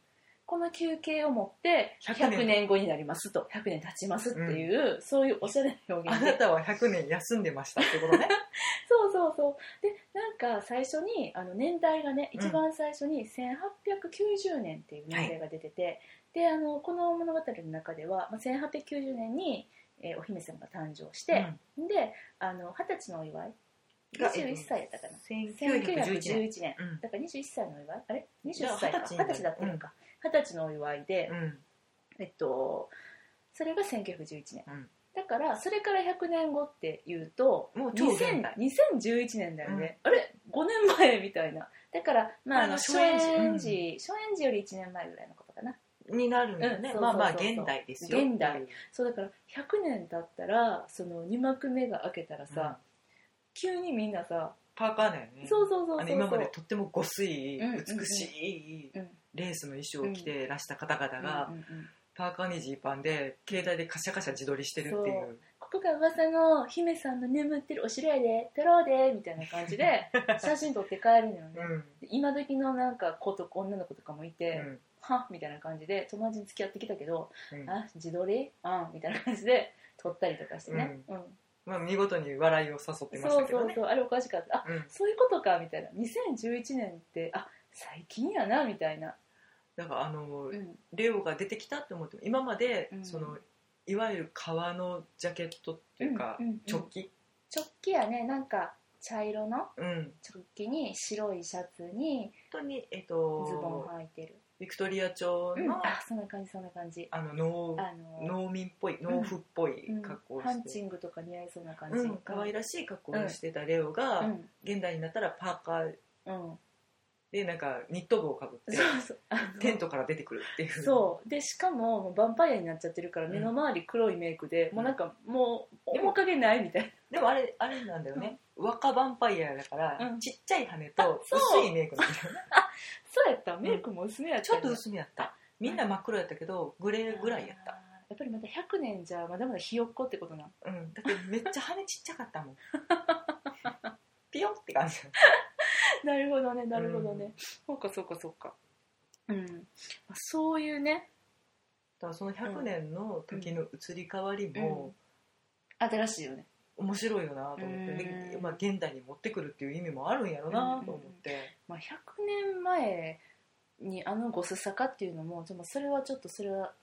Speaker 1: この休憩をもって
Speaker 2: 100
Speaker 1: 100年後になりますと100年経ちますっていう、そういうおしゃれな表
Speaker 2: あ
Speaker 1: 現で
Speaker 2: なたは100年休んでましたってことね
Speaker 1: そうそうそうでなんか最初にあの年代がね
Speaker 2: うん
Speaker 1: 一番最初に1890年っていう年代が出てて、であのこの物語の中では、まあ、1890年に、えーお姫様が誕生して、であの二十歳のお祝い
Speaker 2: が
Speaker 1: 21歳やったかな1911
Speaker 2: 1911年
Speaker 1: 年
Speaker 2: うん
Speaker 1: だから21歳のお祝いあれ
Speaker 2: じゃあ
Speaker 1: 20歳か
Speaker 2: 20歳
Speaker 1: 二
Speaker 2: に
Speaker 1: 十
Speaker 2: なる
Speaker 1: 歳だったのか二十、歳のお祝いで、
Speaker 2: うん
Speaker 1: えっとそれが1911年、
Speaker 2: うん
Speaker 1: だからそれから100年後っていうと
Speaker 2: もう超現
Speaker 1: 2000
Speaker 2: 代
Speaker 1: 2011年だよね、あれ5年前みたいなだからまああ
Speaker 2: あ
Speaker 1: の
Speaker 2: の
Speaker 1: 初
Speaker 2: 初
Speaker 1: 演
Speaker 2: 演
Speaker 1: 時
Speaker 2: 時
Speaker 1: 初演時より1年前ぐらいのことかな
Speaker 2: になるんだよ
Speaker 1: うんそう
Speaker 2: ね、
Speaker 1: そうそうそう
Speaker 2: まあまあ現代ですよ
Speaker 1: 現代そうだから100年経ったらその2幕目が開けたら
Speaker 2: さ、うん
Speaker 1: さ、急にみんなさ、
Speaker 2: パーカーだよね
Speaker 1: そうそうそうそうそ
Speaker 2: あの
Speaker 1: う
Speaker 2: 今までとってもごつい
Speaker 1: うんうんうん
Speaker 2: 美しい
Speaker 1: うん
Speaker 2: レースの衣装を着てらした方々が、
Speaker 1: うんうんうん
Speaker 2: パーカーにジーパンで携帯でカシャカシャ自撮りしてるってい
Speaker 1: そうここが噂の姫さんの眠ってるお城やで撮ろうでみたいな感じ で写真撮って帰るのよね、
Speaker 2: うん
Speaker 1: 今時のなんか子とか女の子とかもいて、
Speaker 2: うん
Speaker 1: はみたいな感じで友達に付き合ってきたけど、
Speaker 2: うん
Speaker 1: あ自撮りあみたいな感じで撮ったりとかしてね、うん
Speaker 2: まあ、見事に笑いを誘ってまし
Speaker 1: そ
Speaker 2: た
Speaker 1: う
Speaker 2: け
Speaker 1: そ
Speaker 2: ど
Speaker 1: う
Speaker 2: ね
Speaker 1: そうあれおかしかったあ
Speaker 2: うん
Speaker 1: そういうことかみたいな2011年ってあ最近やなみたいな、
Speaker 2: だからあの、
Speaker 1: うん
Speaker 2: レオが出てきたって思っても今まで、
Speaker 1: うん
Speaker 2: そのいわゆる革のジャケットっていうか、
Speaker 1: うんうんうん
Speaker 2: チョッキ、
Speaker 1: 直帰やねなんか茶色の
Speaker 2: うん、
Speaker 1: 直帰に白いシャツに
Speaker 2: 本当に、えっ
Speaker 1: ズボ
Speaker 2: と
Speaker 1: ン履いてる、
Speaker 2: ビクトリア朝
Speaker 1: うん
Speaker 2: の、
Speaker 1: あそんな感じそんな感じ
Speaker 2: あの農
Speaker 1: あの
Speaker 2: 農民っぽい農夫っぽい
Speaker 1: うん
Speaker 2: 格好を
Speaker 1: ハン
Speaker 2: し
Speaker 1: チ
Speaker 2: て、
Speaker 1: ングとか似合いそうな感じ、
Speaker 2: うん、可愛らしい格好をしてたレオが、
Speaker 1: うん
Speaker 2: 現代になったらパーカー
Speaker 1: うん
Speaker 2: でなんかニット帽をかぶって
Speaker 1: そうそうあの
Speaker 2: テントから出てくるっていう
Speaker 1: そうでしかももうヴァンパイアになっちゃってるから
Speaker 2: うん
Speaker 1: 目の周り黒いメイクで、
Speaker 2: うん
Speaker 1: もうなんかもう面影ないみたいな
Speaker 2: でもあれあれなんだよね、若ヴァンパイアだから、
Speaker 1: うん
Speaker 2: ちっちゃい羽と
Speaker 1: あそう
Speaker 2: 薄いメイクな んだよね
Speaker 1: そうやったメイクも薄めやった
Speaker 2: ちょ
Speaker 1: よ
Speaker 2: っ
Speaker 1: ね、
Speaker 2: と薄めやったみんな真っ黒やったけどグレーぐらいやっ
Speaker 1: あ
Speaker 2: た、
Speaker 1: ーやっぱりまた100年じゃまだまだひよっこってことな
Speaker 2: うん、だってめっちゃ羽ちっちゃかったもんピヨンって感じ
Speaker 1: なるほどねなるほどね、そうかそうかそうかうんまあそういうね
Speaker 2: だからその100年の時の移り変わりも
Speaker 1: 新しいよね
Speaker 2: 面白いよなと思って、で
Speaker 1: うん
Speaker 2: まあ、現代に持ってくるっていう意味もあるんやろなと思って、
Speaker 1: まあ、100年前にあのゴス坂っていうのもでもそれはちょっとそれは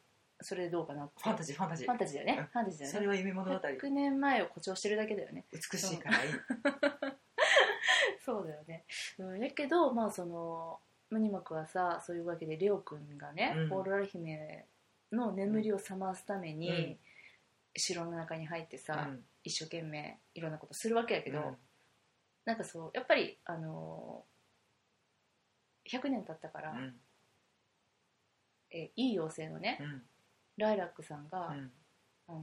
Speaker 1: それでどうかな
Speaker 2: ファンタ
Speaker 1: ジ
Speaker 2: ジーファンタジー
Speaker 1: ファンタジーだよ
Speaker 2: う
Speaker 1: ね
Speaker 2: ん
Speaker 1: ファンタジーだよね
Speaker 2: それは夢物語
Speaker 1: 100年前を誇張してるだけだ よね
Speaker 2: 美しいからいい、
Speaker 1: そうだよね、うん、やけどまあそのムニマクはさそういうわけでレオくんがね、
Speaker 2: うん
Speaker 1: オーロラ姫の眠りを覚ますために、
Speaker 2: うん
Speaker 1: 城の中に入ってさ、
Speaker 2: うん
Speaker 1: 一生懸命いろんなことするわけやけど、
Speaker 2: うん
Speaker 1: なんかそうやっぱりあのー100年経ったから、
Speaker 2: うん
Speaker 1: えーいい妖精のね
Speaker 2: うん
Speaker 1: ライラックさんが、
Speaker 2: うん
Speaker 1: あのー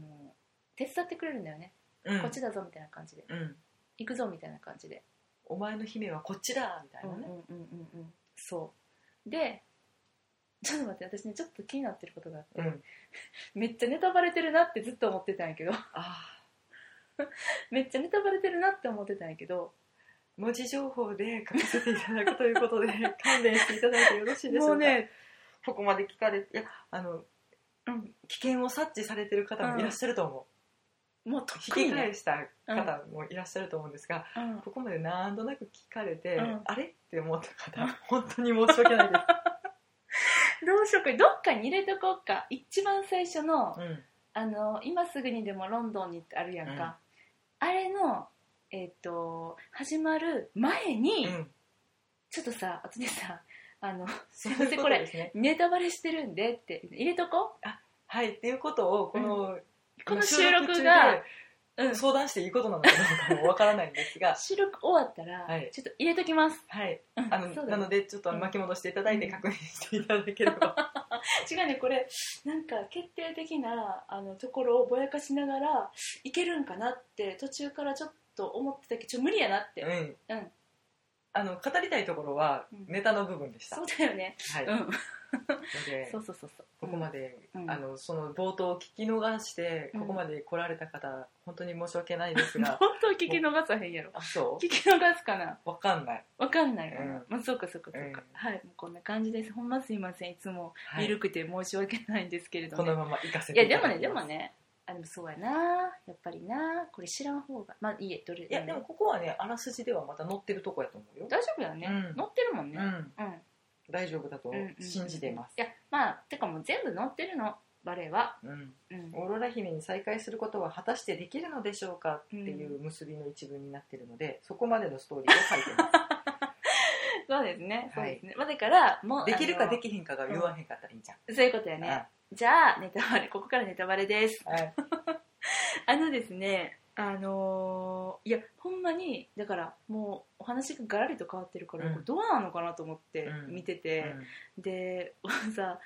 Speaker 1: 手伝ってくれるんだよね、
Speaker 2: うん
Speaker 1: こっちだぞみたいな感じで
Speaker 2: うん、
Speaker 1: 行くぞみたいな感じで
Speaker 2: お前の姫はこっちだみた
Speaker 1: う
Speaker 2: い
Speaker 1: んう
Speaker 2: なん
Speaker 1: うん
Speaker 2: ね、
Speaker 1: うんうんそうでちょっと待って私ねちょっと気になってることがあって、
Speaker 2: うん
Speaker 1: めっちゃネタバレてるなってずっと思ってたんやけど
Speaker 2: あ
Speaker 1: めっちゃネタバレてるなって思ってたんやけど
Speaker 2: ー文字情報で書かせていただくということで 勘弁していただいてよろしいでしょ
Speaker 1: も
Speaker 2: うか
Speaker 1: うね
Speaker 2: ここまで聞かれていやあの、
Speaker 1: うん
Speaker 2: 危険を察知されてる方もいらっしゃると思
Speaker 1: もう
Speaker 2: う、
Speaker 1: 得
Speaker 2: 引
Speaker 1: 意
Speaker 2: き
Speaker 1: ね、
Speaker 2: 返した方もいらっしゃると思うんですが、
Speaker 1: うん
Speaker 2: ここまでなんとなく聞かれて、
Speaker 1: うん
Speaker 2: あれって思った方、
Speaker 1: うん
Speaker 2: 本当に申し訳ない で
Speaker 1: どうしようこれどっかに入れとこうか一番最初の
Speaker 2: す、うん
Speaker 1: あの今すぐにでもロンドンにってあるやんか、あれのえっ、と始まる前に、
Speaker 2: うん、
Speaker 1: ちょっとさ後でさあの
Speaker 2: そういう
Speaker 1: ません
Speaker 2: こ
Speaker 1: ことれ
Speaker 2: ですね
Speaker 1: ネタバレしてるんでって入れとこ
Speaker 2: はいっていうことをこの、
Speaker 1: うこの収録が、う
Speaker 2: 中
Speaker 1: ん
Speaker 2: で、相談していいことなのかどうかもわからないんですが
Speaker 1: 収録終わったら、
Speaker 2: はい
Speaker 1: ちょっと入れときます。
Speaker 2: はい
Speaker 1: うん
Speaker 2: あの、
Speaker 1: そうだ
Speaker 2: な
Speaker 1: ね
Speaker 2: のでちょっと巻き戻していただいて確認していただけれ ば、
Speaker 1: 違うね、これ、なんか決定的なあのところをぼやかしながら、いけるんかなって、途中からちょっと思ってたけど、ちょ無理やなって、
Speaker 2: うん、
Speaker 1: うん、
Speaker 2: あの語りたいところは
Speaker 1: うん
Speaker 2: ネタの部分でした、
Speaker 1: そうだよね。
Speaker 2: はい、
Speaker 1: うん。
Speaker 2: ので
Speaker 1: そうそうそうそう。
Speaker 2: ここまで、
Speaker 1: うん
Speaker 2: あのその冒頭を聞き逃して
Speaker 1: うん
Speaker 2: ここまで来られた方、本当に申し訳ないです
Speaker 1: うん。
Speaker 2: が
Speaker 1: 本当聞き逃さへんやろ。
Speaker 2: あそ
Speaker 1: 聞き逃すかな。
Speaker 2: うわかんない、
Speaker 1: わかんないかな。
Speaker 2: うん
Speaker 1: まあそうかそうかそうか。
Speaker 2: うん
Speaker 1: はい、もうこんな感じです。ほんますいません。いつも
Speaker 2: はい
Speaker 1: 緩くて申し訳ないんですけれど
Speaker 2: こ
Speaker 1: も、
Speaker 2: のまま行かせ
Speaker 1: い
Speaker 2: て
Speaker 1: や
Speaker 2: い
Speaker 1: で
Speaker 2: た
Speaker 1: も
Speaker 2: だ
Speaker 1: ね
Speaker 2: きます
Speaker 1: でもね。あでもそうやな。やっぱりな。これ知らん方が。まあいいえどれ。
Speaker 2: いやでもここはねあらすじではまた乗ってるとこやと思うよ、
Speaker 1: 大丈夫だよね。
Speaker 2: うん
Speaker 1: 載ってるもん
Speaker 2: う
Speaker 1: ね。
Speaker 2: ん、
Speaker 1: うん。
Speaker 2: 大丈夫だと信じています、
Speaker 1: いやまあてかもう全部載ってるのバレエは。
Speaker 2: うん
Speaker 1: うん。
Speaker 2: オーロラ姫に再会することは果たしてできるのでしょうかっていう結びの一文になってるので、そこまでのストーリーを書いてます
Speaker 1: そうですね。そう
Speaker 2: はい
Speaker 1: ですね。まあだからもう
Speaker 2: できるかで
Speaker 1: き
Speaker 2: きひんかが言わへんかったらいいじゃん。
Speaker 1: そういうことやね。じゃあネタバレここからネタバレです。
Speaker 2: うんはい
Speaker 1: あのですね、あのーいや、ほんまに、だから、もう、お話がガラリと変わってるから、
Speaker 2: うん
Speaker 1: これどうなのかなと思って
Speaker 2: うん
Speaker 1: 見てて、で、さ、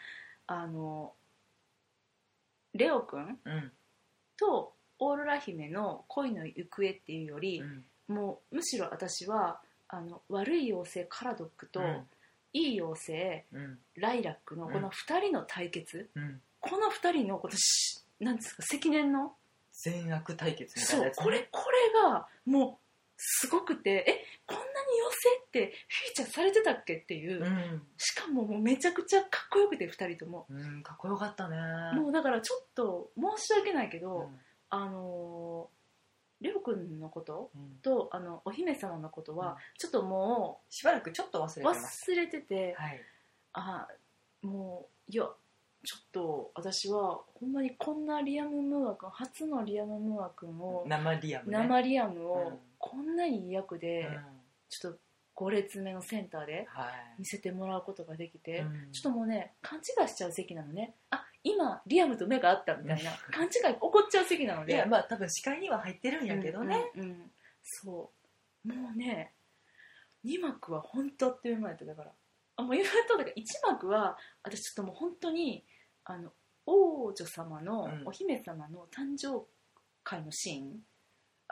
Speaker 1: あのレオくん
Speaker 2: うん
Speaker 1: とオーロラ姫の恋の行方っていうより
Speaker 2: う、ん
Speaker 1: もう、むしろ私は、あの、悪い妖精カラドックと、いい妖精
Speaker 2: うん
Speaker 1: ライラックのこの二人の対決、
Speaker 2: うん
Speaker 1: この二人の、このし、なんですか、積年の
Speaker 2: 善悪対決みたい
Speaker 1: そ
Speaker 2: な
Speaker 1: う
Speaker 2: やつね
Speaker 1: これこれがもうすごくてえこんなに妖精ってフィーチャーされてたっけっていう、しかももうめちゃくちゃかっこよくて2人とも、
Speaker 2: うん、うん、かっこよかったね
Speaker 1: もうだからちょっと申し訳ないけ
Speaker 2: う
Speaker 1: ど、
Speaker 2: ん
Speaker 1: あのーりょうくんのこと
Speaker 2: うん
Speaker 1: とあのお姫様のこと
Speaker 2: うん
Speaker 1: はちょっとも
Speaker 2: しばらくちょっと忘れて
Speaker 1: う
Speaker 2: ま
Speaker 1: 忘
Speaker 2: す
Speaker 1: れてて
Speaker 2: はい
Speaker 1: あもういやちょっと私はほんまにこんなリアム・ムーア君初のリアム・ムーア君を
Speaker 2: 生リアムね
Speaker 1: 生リアム
Speaker 2: う
Speaker 1: を
Speaker 2: ん
Speaker 1: こんなにいい役で、
Speaker 2: うん
Speaker 1: ちょっと5列目のセンターで
Speaker 2: はい
Speaker 1: 見せてもらうことができて、
Speaker 2: うん
Speaker 1: ちょっともうね勘違いしちゃう席なのねあ今リアムと目が合ったみたいな勘違い起こっちゃう席なの
Speaker 2: いや
Speaker 1: で
Speaker 2: まあ多分視界には入ってるんやけどね、
Speaker 1: うんうんうんそうもうね2幕は本当あっという間やっただからあもう言うとだから1幕は私ちょっともう本当にあの王女様の、
Speaker 2: うん
Speaker 1: お姫様の誕生会のシーン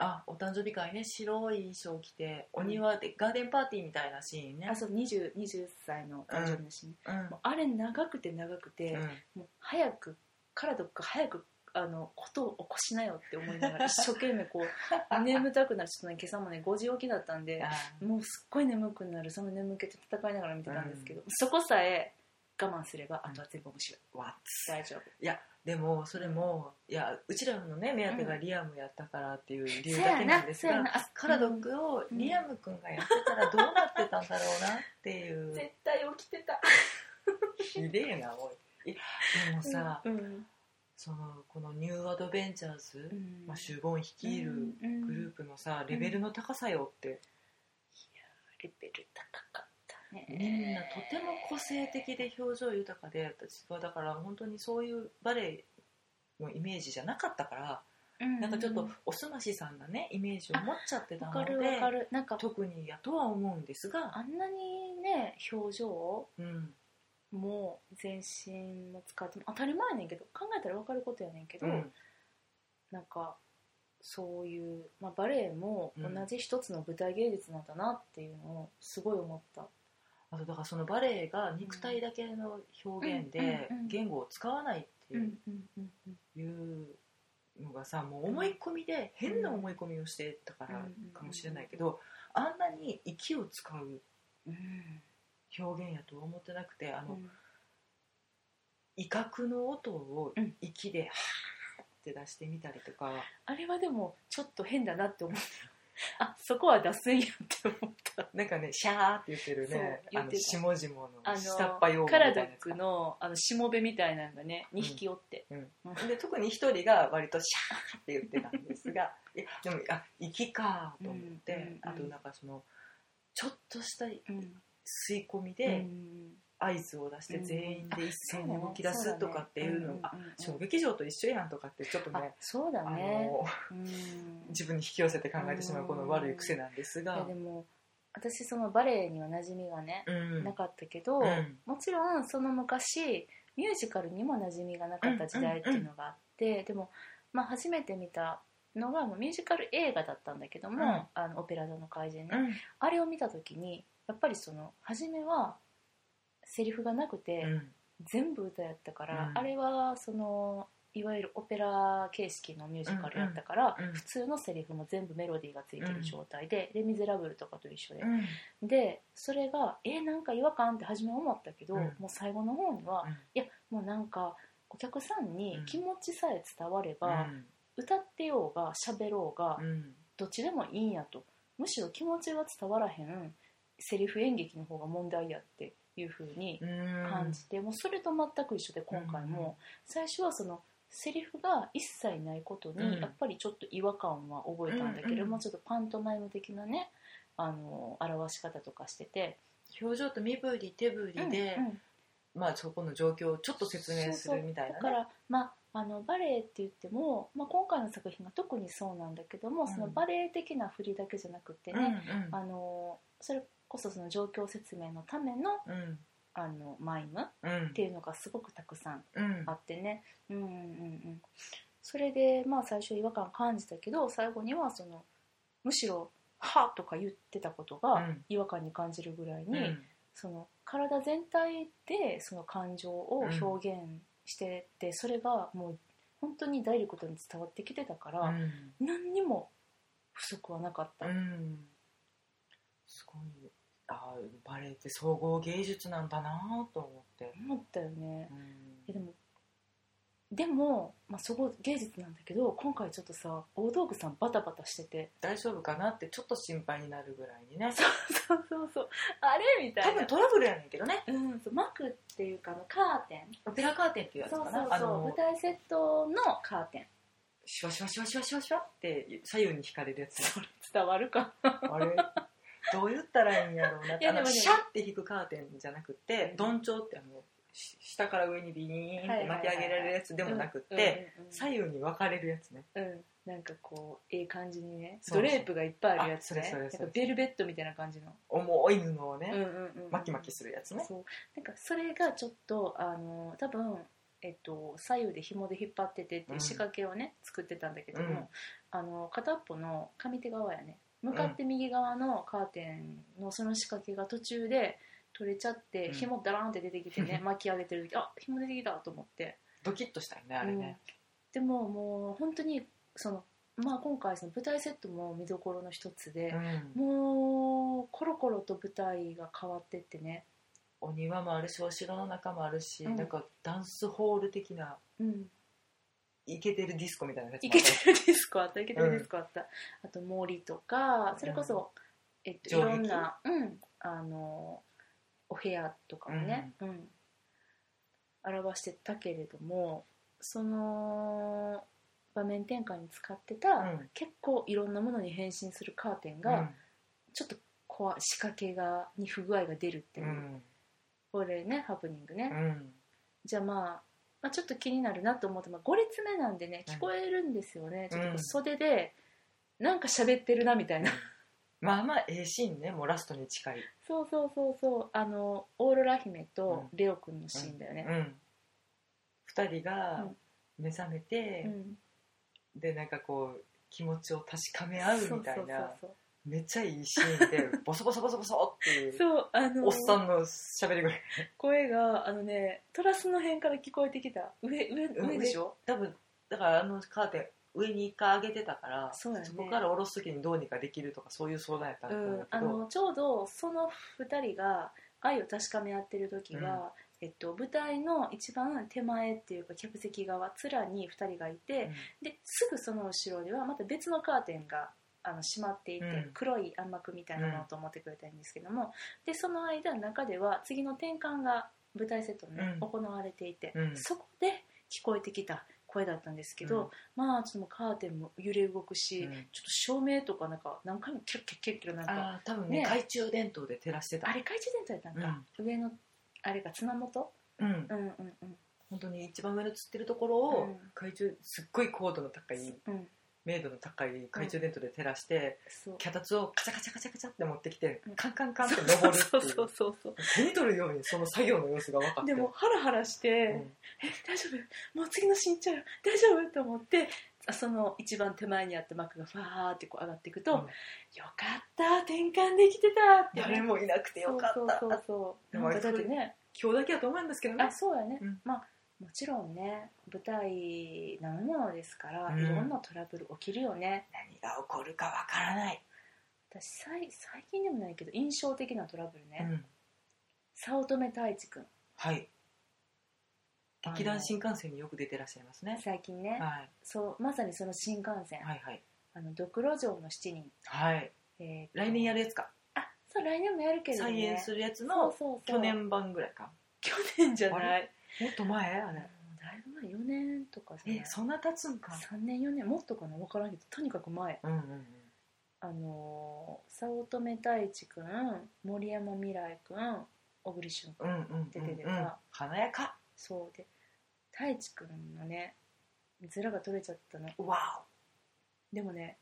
Speaker 2: あお誕生日会ね白い衣装着てお庭でガーデンパーティーみたいなシーンね
Speaker 1: あそう 20, 20歳の誕生日のシーン、
Speaker 2: うん
Speaker 1: もうあれ長くて長くて、
Speaker 2: うん
Speaker 1: もう早くカラドック早くあのことを起こしなよって思いながら一生懸命こう 眠たくなるちょっとね今朝もね5時起きだったんで
Speaker 2: あ
Speaker 1: もうすっごい眠くなるその眠気と戦いながら見てたんですけど、そこさえ我慢すればあとは全部面白い、
Speaker 2: わ
Speaker 1: 大丈夫
Speaker 2: でもそれも、いやうちらのね目当てがリアムやったからっていう理由
Speaker 1: そう
Speaker 2: だ
Speaker 1: や
Speaker 2: けな
Speaker 1: なん
Speaker 2: です
Speaker 1: そうや
Speaker 2: が、
Speaker 1: なあ
Speaker 2: カラドックを
Speaker 1: うん
Speaker 2: リアム君がやってたらどうなってたんだろうなっていう、
Speaker 1: 絶対起きてた
Speaker 2: ひでえなおいいやでもさ、
Speaker 1: うん
Speaker 2: そのこのニューアドベンチャーズ、
Speaker 1: うん
Speaker 2: まあ、シュボン率いる
Speaker 1: うん
Speaker 2: グループのさ、レベルの高さよって、
Speaker 1: レベル高かったね
Speaker 2: みんなとても個性的で表情豊かで私はだから本当にそういうバレエのイメージじゃなかったから、
Speaker 1: うん
Speaker 2: なんかちょっとおすましさんなねイメージを持っちゃってた
Speaker 1: わ
Speaker 2: の
Speaker 1: か
Speaker 2: で
Speaker 1: るわかるなんか
Speaker 2: 特にやとは思うんですが、
Speaker 1: あんなにね表情を
Speaker 2: うん
Speaker 1: もう全身も使っても当たり前やねんけど考えたら分かることやねんけど、
Speaker 2: うん
Speaker 1: なんかそういう、まあ、バレエも同じ一つの舞台芸術なんだなっていうのをすごい思った、
Speaker 2: あとだからそのバレエが肉体だけの表現で
Speaker 1: うんうんうん
Speaker 2: 言語を使わないっていう
Speaker 1: うんうんうん
Speaker 2: いうのがさもう思い込みで変な思い込みをしてたからかもしれないけどあんなに息を使う
Speaker 1: うん
Speaker 2: 表現やとは思ってなくてあ
Speaker 1: う
Speaker 2: の
Speaker 1: ん
Speaker 2: 威嚇の音を
Speaker 1: うん
Speaker 2: 息で「はーって出してみたりとか
Speaker 1: あれはでもちょっと変だなって思った あそこは出すんやって思った
Speaker 2: なんかね「シャー」って言ってるね
Speaker 1: そう言
Speaker 2: あ
Speaker 1: っ
Speaker 2: の
Speaker 1: てた
Speaker 2: 下々
Speaker 1: あ
Speaker 2: の下っ端用
Speaker 1: の
Speaker 2: 語
Speaker 1: カ
Speaker 2: みた
Speaker 1: ラ
Speaker 2: い
Speaker 1: ド
Speaker 2: な
Speaker 1: ッ
Speaker 2: やつ
Speaker 1: クのあのしもべみたいなのがね2匹おって、
Speaker 2: で特に一人が割とシャーって言ってたんですが いやでもあ息かと思って、
Speaker 1: うんうんうん
Speaker 2: あとなんかそのちょっとした
Speaker 1: うん
Speaker 2: 吸い込み
Speaker 1: う
Speaker 2: で
Speaker 1: ん
Speaker 2: 合図を出して
Speaker 1: うん
Speaker 2: 全員で一
Speaker 1: そ
Speaker 2: 斉
Speaker 1: う
Speaker 2: に
Speaker 1: だね
Speaker 2: 動き出すとかっていうの
Speaker 1: そうだ
Speaker 2: あ
Speaker 1: ねうんうんうん
Speaker 2: 小劇場と一緒やんとかってちょっと
Speaker 1: あ
Speaker 2: ね
Speaker 1: そうだ
Speaker 2: あ
Speaker 1: ね
Speaker 2: の
Speaker 1: うん
Speaker 2: 自分に引き寄せて考えてしまうこの悪い癖なんです
Speaker 1: いや
Speaker 2: が
Speaker 1: でも私そのバレエには馴染みがね、
Speaker 2: うん
Speaker 1: なかったけど、
Speaker 2: うん
Speaker 1: もちろんその昔ミュージカルにも馴染みがなかった時代っていうのがあって、でも、まあ、初めて見た、のがもうミュージカル映画だったんだけども「
Speaker 2: うん
Speaker 1: あのオペラ座の怪人ね」
Speaker 2: うん
Speaker 1: あれを見た時にやっぱりその初めはセリフがなくて、
Speaker 2: うん
Speaker 1: 全部歌やったから、
Speaker 2: うん
Speaker 1: あれはそのいわゆるオペラ形式のミュージカルやったから、
Speaker 2: うんうんうん
Speaker 1: 普通のセリフも全部メロディーがついてる状態で「レ・ミゼラブル」とかと一緒で、
Speaker 2: うん
Speaker 1: でそれがえなんか違和感って初め思ったけど、
Speaker 2: うん
Speaker 1: もう最後の方には、
Speaker 2: うん
Speaker 1: いやもうなんかお客さんに
Speaker 2: うん
Speaker 1: 気持ちさえ伝われば、歌ってようが喋ろうが、
Speaker 2: うん
Speaker 1: どっちでもいいんやとむしろ気持ちが伝わらへんセリフ演劇の方が問題やっていう風に
Speaker 2: うん
Speaker 1: 感じて、もうそれと全く一緒で今回も、最初はそのセリフが一切ないことに、
Speaker 2: うん
Speaker 1: やっぱりちょっと違和感は覚えたんだけど
Speaker 2: うん
Speaker 1: も、
Speaker 2: うん
Speaker 1: ちょっとパントマイム的なねあの表し方とかしてて、
Speaker 2: 表情と身振り手振りで
Speaker 1: うんうん
Speaker 2: まあそこの状況をちょっと説明するみたい
Speaker 1: そうそうだか
Speaker 2: なね
Speaker 1: ら、まあ、あのバレエって言っても、まあ、今回の作品が特にそうなんだけども、その
Speaker 2: うん
Speaker 1: バレエ的な振りだけじゃなくてね、
Speaker 2: うん
Speaker 1: あのそれこそその状況説明のための
Speaker 2: うんうん
Speaker 1: あのマイムっ
Speaker 2: うん
Speaker 1: ていうのがすごくたくさん
Speaker 2: うん
Speaker 1: あってね、うんうんうんうん、それでまあ最初違和感感じたけど最後にはそのむしろ「は」とか言ってたこと
Speaker 2: う
Speaker 1: が
Speaker 2: ん
Speaker 1: 違和感に感じるぐらいに、
Speaker 2: うん
Speaker 1: その体全体でその感情を表現してって、それがもう本当にダイレクトに伝わってきてたから、
Speaker 2: うん
Speaker 1: 何にも不足はなかった。
Speaker 2: うんすごいあーバレエって総合芸術なんだなと思って、
Speaker 1: 思ったよね。
Speaker 2: うん
Speaker 1: えでもでも、まあ、そこ芸術なんだけど今回ちょっとさ大道具さんバタバタしてて
Speaker 2: 大丈夫かなってちょっと心配になるぐらいにね
Speaker 1: そうそうそうあれみた
Speaker 2: 多分トラブルやねんけどね
Speaker 1: うん、そう幕っていうかあのカーテン
Speaker 2: オペラカーテンっていうやつ
Speaker 1: そう
Speaker 2: か
Speaker 1: そう
Speaker 2: な
Speaker 1: そう
Speaker 2: あ
Speaker 1: 舞
Speaker 2: の
Speaker 1: 台セットのカーテン
Speaker 2: シュワシュワシュワシュワシュワシュワって左右に引かれるやつ
Speaker 1: 伝わるか
Speaker 2: あれどう言ったらいいんやろうなっ
Speaker 1: い
Speaker 2: て
Speaker 1: や
Speaker 2: あの
Speaker 1: でもね
Speaker 2: シャッて引くカーテンじゃなくて
Speaker 1: うん
Speaker 2: 鈍調ってあのし下から上にビーンって巻き上げられるやつでもなく
Speaker 1: う
Speaker 2: て、
Speaker 1: んうんうん
Speaker 2: 左右に分かれるやつね
Speaker 1: うんなんかこうええ感じにね
Speaker 2: そうそう
Speaker 1: ドレープがいっぱいあるやつ
Speaker 2: あ
Speaker 1: ね
Speaker 2: それそれそれ
Speaker 1: なんかベルベットみたいな感じの、
Speaker 2: 重い布をね、
Speaker 1: うんうんうん
Speaker 2: 巻き巻きするやつね
Speaker 1: そうなんかそれがちょっとあの多分、えっと、左右で紐で引っ張っててって
Speaker 2: う
Speaker 1: いうん仕掛けをね、作ってたんだけども、
Speaker 2: うん
Speaker 1: あの片っぽの上手側やね向かって右側のカーテンのその仕掛けが途中で取れちゃって、
Speaker 2: うん
Speaker 1: 紐ダラーンって出てきて ね巻き上げてる時あ紐出てきたと思って
Speaker 2: ドキッとしたよねあれね、
Speaker 1: でももう本当にそのまあ今回その舞台セットも見どころの一つで、
Speaker 2: うん
Speaker 1: もうコロコロと舞台が変わってってね、
Speaker 2: お庭もあるしお城の中もあるし、
Speaker 1: うん
Speaker 2: なんかダンスホール的な
Speaker 1: うん、
Speaker 2: イケてるディスコみたいなやつ
Speaker 1: イ
Speaker 2: もあ
Speaker 1: ケ
Speaker 2: った
Speaker 1: てるディスコあったイケてるディスコあった、あと森とかそれこそ、えっと、い
Speaker 2: 城壁
Speaker 1: ろんな、うん、あのお部屋とかもね、うん表してたけれどもその場面転換に使ってた、
Speaker 2: うん
Speaker 1: 結構いろんなものに変身するカーテンが、ちょっとこわ仕掛けがに不具合が出るって
Speaker 2: う
Speaker 1: い
Speaker 2: ん
Speaker 1: う、
Speaker 2: うん
Speaker 1: これねハプニングね、
Speaker 2: うん
Speaker 1: じゃあまあ、まあちょっと気になるなと思って、まあ、5列目なんでね聞こえるんですよね、
Speaker 2: うん
Speaker 1: ちょっとこう袖でなんか喋ってるなみたいな、
Speaker 2: まあまあええシーンねもうラストに近い、
Speaker 1: そうそうそうそうあのオーロラ姫とレオくんのシーンだよ
Speaker 2: う
Speaker 1: ね、
Speaker 2: ん、2人が
Speaker 1: うん
Speaker 2: 目覚めて、
Speaker 1: うん
Speaker 2: でなんかこう気持ちを確かめ合うみたいな
Speaker 1: そう
Speaker 2: めっちゃいいシー ンでボソボソボソボソってい
Speaker 1: そうそうそ
Speaker 2: う
Speaker 1: うあの
Speaker 2: おっさんの喋り声
Speaker 1: 声があのねトラスの辺から聞こえてきた上
Speaker 2: うん
Speaker 1: 上上でしょ
Speaker 2: 多分だからあのカーテン上に一回上げてたから
Speaker 1: そうだね
Speaker 2: こから下ろす時にどうにかできるとかそういう相談やったん
Speaker 1: う
Speaker 2: だと思
Speaker 1: んあ
Speaker 2: う、けど、
Speaker 1: のちょうどその2人が愛を確かめ合ってる時が、
Speaker 2: うん
Speaker 1: えっと、舞台の一番手前っていうか客席側面に2人がいて、ですぐその後ろにはまた別のカーテンがあの閉まっていて、
Speaker 2: うん
Speaker 1: 黒い暗幕みたいなものと思ってくれたらいいんですけども、でその間中では次の転換が舞台セットで、ね
Speaker 2: うん
Speaker 1: 行われていて、
Speaker 2: うん
Speaker 1: そこで聞こえてきた声だったんですけど、まあちょっともうカーテンも揺れ動く
Speaker 2: うん
Speaker 1: し、
Speaker 2: うん
Speaker 1: ちょっと照明とかなんか何回もキュッキュッキュッキュッなんか
Speaker 2: あー多分ね
Speaker 1: ね
Speaker 2: 懐中電灯で照らしてた
Speaker 1: あれ懐中電灯やったんか、上のあれが綱元
Speaker 2: うん
Speaker 1: うんうんうん
Speaker 2: 本当に一番上のつってるところを、
Speaker 1: うん
Speaker 2: 懐中すっごい高度の高い
Speaker 1: うん
Speaker 2: 明度の高い懐中電灯で照らして、
Speaker 1: そう
Speaker 2: 脚立をカチャカチャカチャカチャって持ってきて、
Speaker 1: うん
Speaker 2: カンカンカンって登るって
Speaker 1: そう
Speaker 2: いう
Speaker 1: そうそうそう
Speaker 2: 手に取るようにその作業の様子 が分かって
Speaker 1: でもハラハラして、
Speaker 2: うん
Speaker 1: え大丈夫もう次の新茶よ大丈夫と思ってその一番手前にあった幕がファーってこう上がっていくと、
Speaker 2: うん
Speaker 1: よかった転換できてたって
Speaker 2: 誰もいなくてよかった
Speaker 1: そうそうそうそ
Speaker 2: で
Speaker 1: う
Speaker 2: も
Speaker 1: なんかだってね
Speaker 2: 今日だけだと思うんですけどね
Speaker 1: あそうやね、
Speaker 2: うん
Speaker 1: まあもちろんね舞台なものですから、
Speaker 2: う
Speaker 1: い
Speaker 2: ん
Speaker 1: ろんなトラブル起きるよね
Speaker 2: 何が起こるかわからない、
Speaker 1: 私最最近でもないけど印象的なトラブル
Speaker 2: う
Speaker 1: ね、
Speaker 2: ん、
Speaker 1: 早乙女太一くん
Speaker 2: はい
Speaker 1: あの
Speaker 2: 劇団新幹線によく出てらっしゃいますね
Speaker 1: 最近ね、
Speaker 2: はい
Speaker 1: そうまさにその新幹線、
Speaker 2: はいはい
Speaker 1: あのドクロ城の7人、
Speaker 2: はい
Speaker 1: えーと
Speaker 2: 来年やるやつか
Speaker 1: あそう来年もやるけれどね
Speaker 2: 再演するやつの
Speaker 1: そうそうそう
Speaker 2: 去年版ぐらいか
Speaker 1: 去年じゃ
Speaker 2: あ
Speaker 1: ない
Speaker 2: れもっと前あ
Speaker 1: もうだ
Speaker 2: れ
Speaker 1: いぶ前4年とかさ
Speaker 2: えそんな経つんか
Speaker 1: 3年4年もっとかな分からんけどとにかく前
Speaker 2: うんうんうん
Speaker 1: あのー早乙女太一くん森山未来くん小栗旬
Speaker 2: うんうんうん
Speaker 1: 出てて
Speaker 2: う
Speaker 1: さ
Speaker 2: ん華やか
Speaker 1: そうで太一くんのねズラが取れちゃったの
Speaker 2: わ
Speaker 1: でもね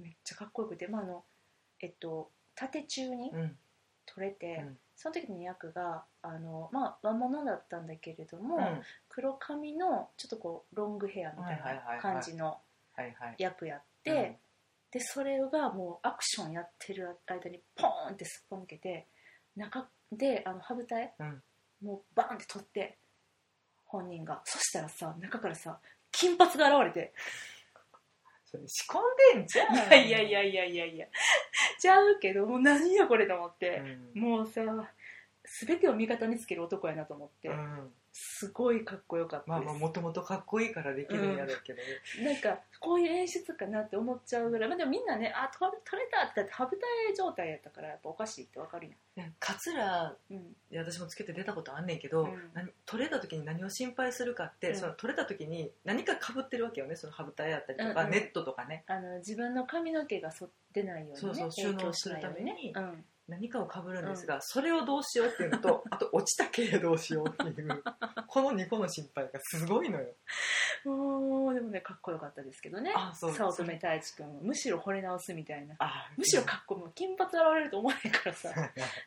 Speaker 1: めっちゃかっこよくてまああのえっと縦中に
Speaker 2: おうん
Speaker 1: 取れて、
Speaker 2: うん
Speaker 1: その時の役があのまあ和物だったんだけれども、
Speaker 2: うんはい
Speaker 1: 黒髪のちょっとこうロングヘアみたい
Speaker 2: はいはいはいは
Speaker 1: ない感じの
Speaker 2: はい
Speaker 1: 役やって、
Speaker 2: うん
Speaker 1: でそれがもうアクションやってる間にポーンってすっぽ抜けて中であの羽舞台、
Speaker 2: うん
Speaker 1: もうバーンって取って本人がそしたらさ中からさ金髪が現れ て
Speaker 2: それ仕込んでんじゃん
Speaker 1: いやいやいやいやいやいやちゃうけどもう何やこれと思って、
Speaker 2: うん
Speaker 1: もうさ全てを味方につける男やなと思って、
Speaker 2: うん
Speaker 1: すごいかっこよかった
Speaker 2: まあ
Speaker 1: です、
Speaker 2: まあもともとかっこいいからできるんやろうけどね
Speaker 1: なんかこういう演出かなって思っちゃうぐらい、まあ、でもみんなねあ取れ取れたってだって羽舞台状態やったからやっぱおかしいってわかる
Speaker 2: いやカツラ
Speaker 1: やん、うん、
Speaker 2: いや私もつけて出たことあんねんけど、
Speaker 1: うん
Speaker 2: 何取れた時に何を心配するかって、
Speaker 1: うん
Speaker 2: その取れた時に何かかぶってるわけよねその羽舞台だったりとか、
Speaker 1: うんうん
Speaker 2: ネットとかね
Speaker 1: あの自分の髪の毛がそ出ないようにね
Speaker 2: そうそう収納するため
Speaker 1: 影
Speaker 2: に
Speaker 1: 響しないようね
Speaker 2: 何かをかぶるんですが、それをどうしようっていうの とあと落ちたけれどうしようっていうこの2個の心配がすごいのよ
Speaker 1: うん、もうでもねかっこよかったですけどね
Speaker 2: あそう
Speaker 1: 早乙女太一君むしろ惚れ直すみたいな
Speaker 2: あ
Speaker 1: む しろかっこもう金髪現れると思わないからさ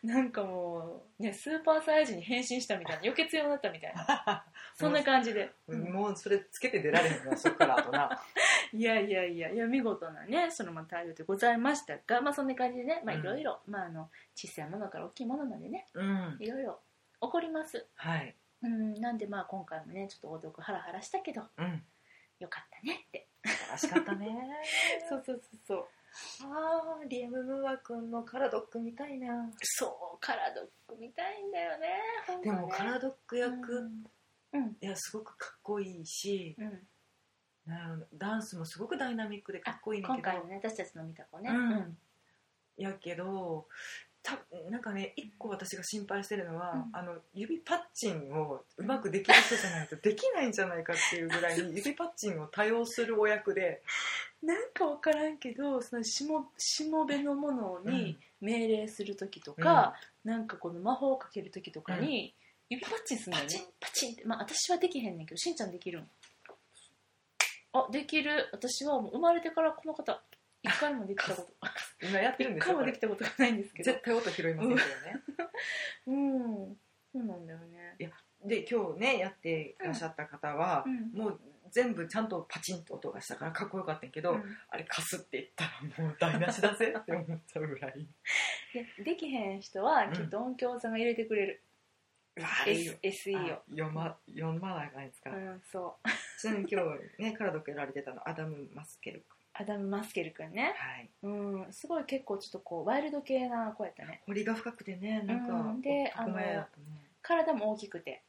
Speaker 1: なんかもう、ね、スーパーサイズに変身したみたいな余血用になったみたいなそんな感じで、うん
Speaker 2: もうそれつけて出られへんわそっからあとな
Speaker 1: いやいやいやいや見事なねそのまあ対応でございましたがまあそんな感じでねまあ
Speaker 2: うん
Speaker 1: いろいろまああの小さいものから大きいものまでね
Speaker 2: うん
Speaker 1: いろいろ起こります
Speaker 2: はい
Speaker 1: うんなんでまあ今回もねちょっと驚くハラハラしたけど
Speaker 2: うん
Speaker 1: よかったねって
Speaker 2: 素晴らしかったね
Speaker 1: うそうそうそう
Speaker 2: あーリアム・ムーア君のカラドックみたいな
Speaker 1: そうカラドック見たいんだよね本
Speaker 2: で
Speaker 1: 当ね
Speaker 2: もカラドック役、
Speaker 1: うん
Speaker 2: いやすごくかっこいいし
Speaker 1: うん、
Speaker 2: なんダンスもすごくダイナミックでかっこいいんだ
Speaker 1: 今
Speaker 2: けど
Speaker 1: 回のね私たちの見た子ね
Speaker 2: うんやけどたなんかね一個私が心配してるのは、
Speaker 1: うん
Speaker 2: あの指パッチンをうまくできる人じゃないとできないんじゃないかっていうぐらいに指パッチンを多用するお役で、
Speaker 1: なんか分からんけどそのしもしもべのものに命令する時と
Speaker 2: うん
Speaker 1: か、なんかこの魔法をかける時とかに、指パッチンするんだよね
Speaker 2: パチン
Speaker 1: パチンってまあ私はできへんねんけどしんちゃんできるんあできる私はもう生まれてからこの方一回もできた こと
Speaker 2: 今やってるん
Speaker 1: 一
Speaker 2: です
Speaker 1: 回も
Speaker 2: よこ
Speaker 1: で
Speaker 2: れ
Speaker 1: きたことがないんですけど
Speaker 2: 絶対音拾いませんけどね、
Speaker 1: うんそうなんだよね
Speaker 2: で今日ねやってらっしゃった方は
Speaker 1: う、ん
Speaker 2: もう全部ちゃんとパチンと音がしたからかっこよかったんやけど、
Speaker 1: うん
Speaker 2: あれかすって言ったらもう台無しだぜって思っちゃうぐらい
Speaker 1: でできへん人はきっと音響さんが入れてくれる、
Speaker 2: うわ
Speaker 1: S SE を
Speaker 2: あ読ま読まないかんですか、
Speaker 1: うんそう
Speaker 2: ちなみに今日ねカラドクやられてたのアダム・マスケル
Speaker 1: アダム・マスケル君ね
Speaker 2: 君はい
Speaker 1: うんすごい結構ちょっとこうワイルド系な子やったね
Speaker 2: 彫りが深くてねなんか、
Speaker 1: うんで
Speaker 2: 男前だったね
Speaker 1: 体も大きくて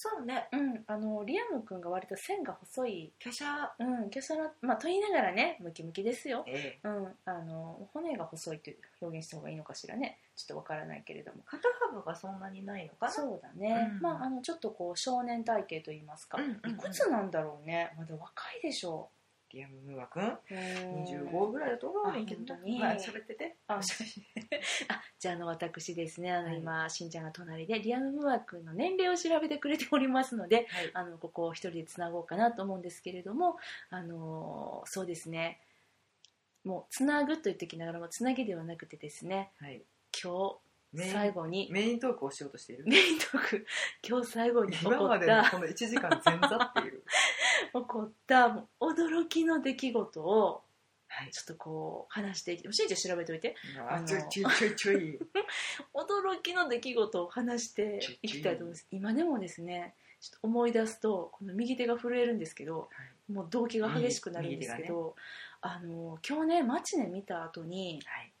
Speaker 2: そうね
Speaker 1: うんあのリアム君が割と線が細い
Speaker 2: 華奢
Speaker 1: うん華奢なまあと言いながらねムキムキですよ
Speaker 2: え
Speaker 1: う
Speaker 2: え
Speaker 1: んあの骨が細いって表現した方がいいのかしらねちょっとわからないけれども
Speaker 2: 肩幅がそんなにないのかな
Speaker 1: そうだね、
Speaker 2: うん
Speaker 1: まああのちょっとこう少年体型といいますか、
Speaker 2: うんうんうん
Speaker 1: いくつなんだろうねまだ若いでしょ
Speaker 2: リアム・ムーア君
Speaker 1: ううん
Speaker 2: 25ぐらいだと思うねんけど
Speaker 1: あ本当に
Speaker 2: まあ喋ってて
Speaker 1: あしあじゃああの私ですねあの
Speaker 2: はい
Speaker 1: 今、しんちゃんが隣でリアム・ムーア君の年齢を調べてくれておりますので
Speaker 2: はい
Speaker 1: あのここを一人でつなごうかなと思うんですけれども、あのそうですねもうつなぐと言ってきながらもつなぎではなくてですね
Speaker 2: はい
Speaker 1: 今
Speaker 2: メ
Speaker 1: 日
Speaker 2: イン
Speaker 1: 最後に
Speaker 2: メイントークをしようとしている
Speaker 1: メイントーク今日最後に起
Speaker 2: 今
Speaker 1: こ
Speaker 2: ま
Speaker 1: っ
Speaker 2: での
Speaker 1: た
Speaker 2: この1時間前座っていう
Speaker 1: 起こったもう驚きの出来事を
Speaker 2: はい
Speaker 1: ちょっとこう話していきてしんちゃん調べておいてあの
Speaker 2: ちょいちょいちょいちょい
Speaker 1: 驚きの出来事を話していきたいと思います今でもですねちょっと思い出すとこの右手が震えるんですけどもう動悸が激しくなるんですけ
Speaker 2: 右右手
Speaker 1: ど、あの今日ねマチネ見た後に
Speaker 2: はい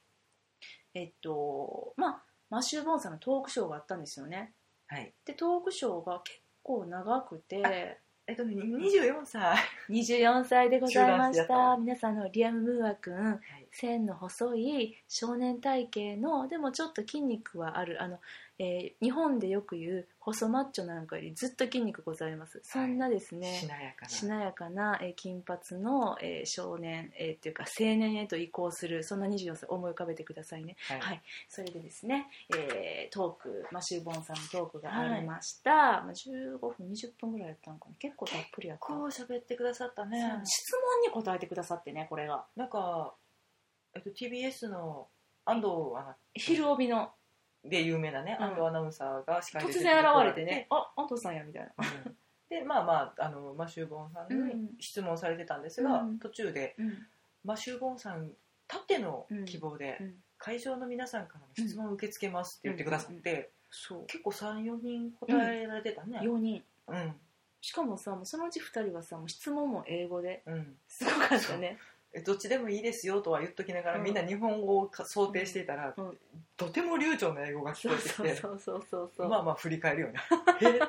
Speaker 1: えっとまあマシュー・ボーンさんのトークショーがあったんですよね
Speaker 2: はい
Speaker 1: でトークショーが結構長くて
Speaker 2: えっとね24歳
Speaker 1: 24歳でございまし
Speaker 2: 中学生だった
Speaker 1: た皆さんあのリアム・ムーア君線の細い少年体型のでもちょっと筋肉はあるあの、えー日本でよく言う細マッチョなんかよりずっと筋肉ございますそんなですね、
Speaker 2: しなやかな
Speaker 1: しなやかな、えー金髪の、えー少年、えーっていうか青年へと移行するそんな24歳思い浮かべてくださいね
Speaker 2: はい
Speaker 1: はいそれでですね、えートークマシュー・ボンさんのトークがありました、まあ15分20分ぐらいやったのかな結構たっぷりやった
Speaker 2: こう喋ってくださったね
Speaker 1: そう質問に答えてくださってねこれが
Speaker 2: なんか、えっと、TBS の安藤アナ
Speaker 1: 昼帯の
Speaker 2: で有名なね、
Speaker 1: うん
Speaker 2: 安藤アナウンサーが司会で
Speaker 1: 突
Speaker 2: 出て
Speaker 1: 然
Speaker 2: こら
Speaker 1: 現れてね、あ安藤さんやみたいな
Speaker 2: うんでまあまああのマシュー・ボンさん
Speaker 1: う
Speaker 2: に
Speaker 1: ん
Speaker 2: 質問されてたんですが、
Speaker 1: うん
Speaker 2: 途中で
Speaker 1: うん
Speaker 2: マシュー・ボンさんたっての希望で、
Speaker 1: うん
Speaker 2: 会場の皆さんからの質問を受け付けますって言ってくださって、
Speaker 1: そう
Speaker 2: 結構34人答えられてたね
Speaker 1: 4人
Speaker 2: うんうん、
Speaker 1: しかもさもうそのうち2人はさもう質問も英語ですごかったね
Speaker 2: えどっちでもいいですよとは言っときながら、
Speaker 1: うん
Speaker 2: みんな日本語をか想定していたら、
Speaker 1: うん
Speaker 2: とても流暢な英語が
Speaker 1: そ
Speaker 2: 聞こ
Speaker 1: う
Speaker 2: えてきて
Speaker 1: そうそうそうそうそう、
Speaker 2: まあまあ振り返るよ ねえ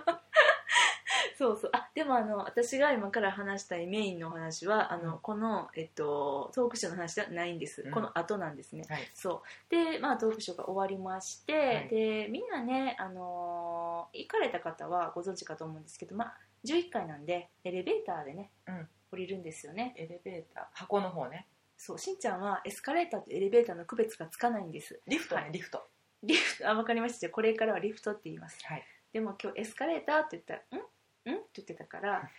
Speaker 1: そうそうあでもあの私が今から話したいメインのお話はあの、
Speaker 2: うん
Speaker 1: この、えっと、トークショーの話じゃないんです、
Speaker 2: うん
Speaker 1: この後なんですね
Speaker 2: はい
Speaker 1: そうで、まあ、トークショーが終わりまして、
Speaker 2: はい
Speaker 1: でみんなね、あのー行かれた方はご存知かと思うんですけど、まあ、11階なんでエレベーターでね、
Speaker 2: うん
Speaker 1: 降りるんですよね
Speaker 2: エレベーター箱の方ね
Speaker 1: そうしんちゃんはエスカレーターとエレベーターの区別がつかないんです
Speaker 2: リフトね、
Speaker 1: はい
Speaker 2: リフト
Speaker 1: リフトあ分かりましたじゃあこれからはリフトって言います
Speaker 2: はい
Speaker 1: でも今日エスカレーターって言ったら「んん?」って言ってたから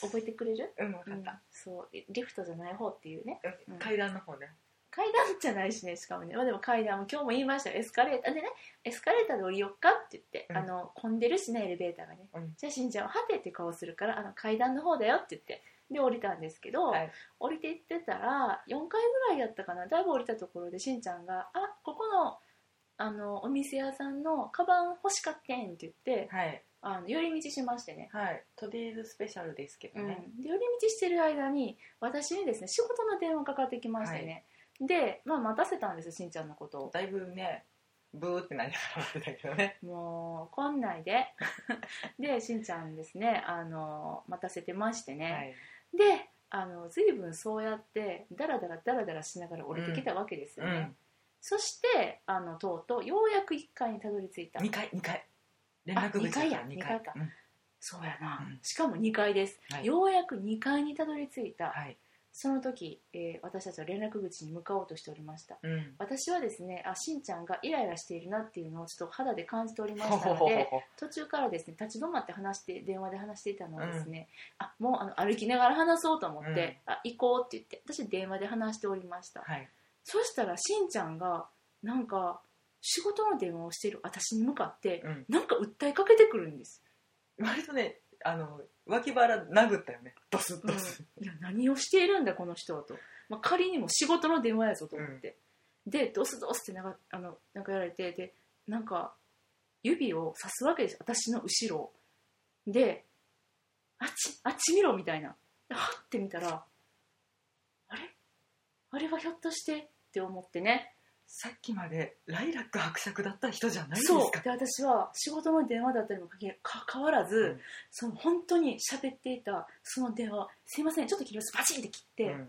Speaker 1: 覚えてくれる
Speaker 2: うん分かった、
Speaker 1: そうリフトじゃない方っていうね
Speaker 2: うん階段の方ね
Speaker 1: 階段じゃないしねしかもね、まあ、でも階段も今日も言いましたよエスカレーターでねエスカレーターで降りよっかって言って、
Speaker 2: うん
Speaker 1: あの混んでるしねエレベーターがね、
Speaker 2: うん
Speaker 1: じゃあしんちゃんは「はて」って顔するからあの階段の方だよって言ってで降りたんですけど、
Speaker 2: はい
Speaker 1: 降りていってたら4回ぐらいやったかなだいぶ降りたところでしんちゃんが「あここのあのお店屋さんのカバン欲しかってん」って言って
Speaker 2: はい
Speaker 1: あの寄り道しましてね、
Speaker 2: はいとりあえずスペシャルですけど
Speaker 1: うん
Speaker 2: ね、
Speaker 1: で寄り道してる間に私にですね仕事の電話かかってきましてね、で、まあ、待たせたんですしんちゃんのことを
Speaker 2: だいぶねブーってなりながら待ってたけどね
Speaker 1: もう来んない ででしんちゃんですねあの待たせてましてね、
Speaker 2: はい
Speaker 1: であの随分そうやってダラダラダラダラしながら降りてきたわけです
Speaker 2: う
Speaker 1: よね、
Speaker 2: ん
Speaker 1: そしてあのとうとうようやく1階にたどり着いた
Speaker 2: 2階2階連絡口
Speaker 1: あ二階
Speaker 2: だ
Speaker 1: や
Speaker 2: から二
Speaker 1: 二階か
Speaker 2: うん
Speaker 1: そうやな、
Speaker 2: うん
Speaker 1: しかも2階です、
Speaker 2: はい
Speaker 1: ようやく2階にたどり着いた、
Speaker 2: はい
Speaker 1: その時、えー私たちは連絡口に向かおうとしておりました
Speaker 2: うん
Speaker 1: 私はですねあしんちゃんがイライラしているなっていうのをちょっと肌で感じておりま
Speaker 2: ほ
Speaker 1: した
Speaker 2: ほ
Speaker 1: の
Speaker 2: ほ
Speaker 1: で
Speaker 2: ほ
Speaker 1: 途中からですね立ち止まって話して電話で話していたのをですね、あもうあの歩きながら話そうと思って、あ行こうって言って私電話で話しておりました、
Speaker 2: はい
Speaker 1: そしたらしんちゃんがなんか仕事の電話をしている私に向かって
Speaker 2: うん
Speaker 1: なんか訴えかけてくるんです、
Speaker 2: 割とねあの脇腹殴ったよねドスッドスッ
Speaker 1: いや何をしているんだこの人はと、まあ、仮にも仕事の電話やぞと思って、でドスドスってなんかあのなんかやられてでなんか指を刺すわけです私の後ろをであっちあっち見ろみたいなではって見たらあれあれはひょっとしてって思ってね
Speaker 2: さっきまでライラック伯爵だった人じゃないですか
Speaker 1: そうで私は仕事の電話だったにもかけかかわらず、
Speaker 2: うん
Speaker 1: その本当に喋っていたその電話すいませんちょっと切りますバチンって切って、
Speaker 2: うん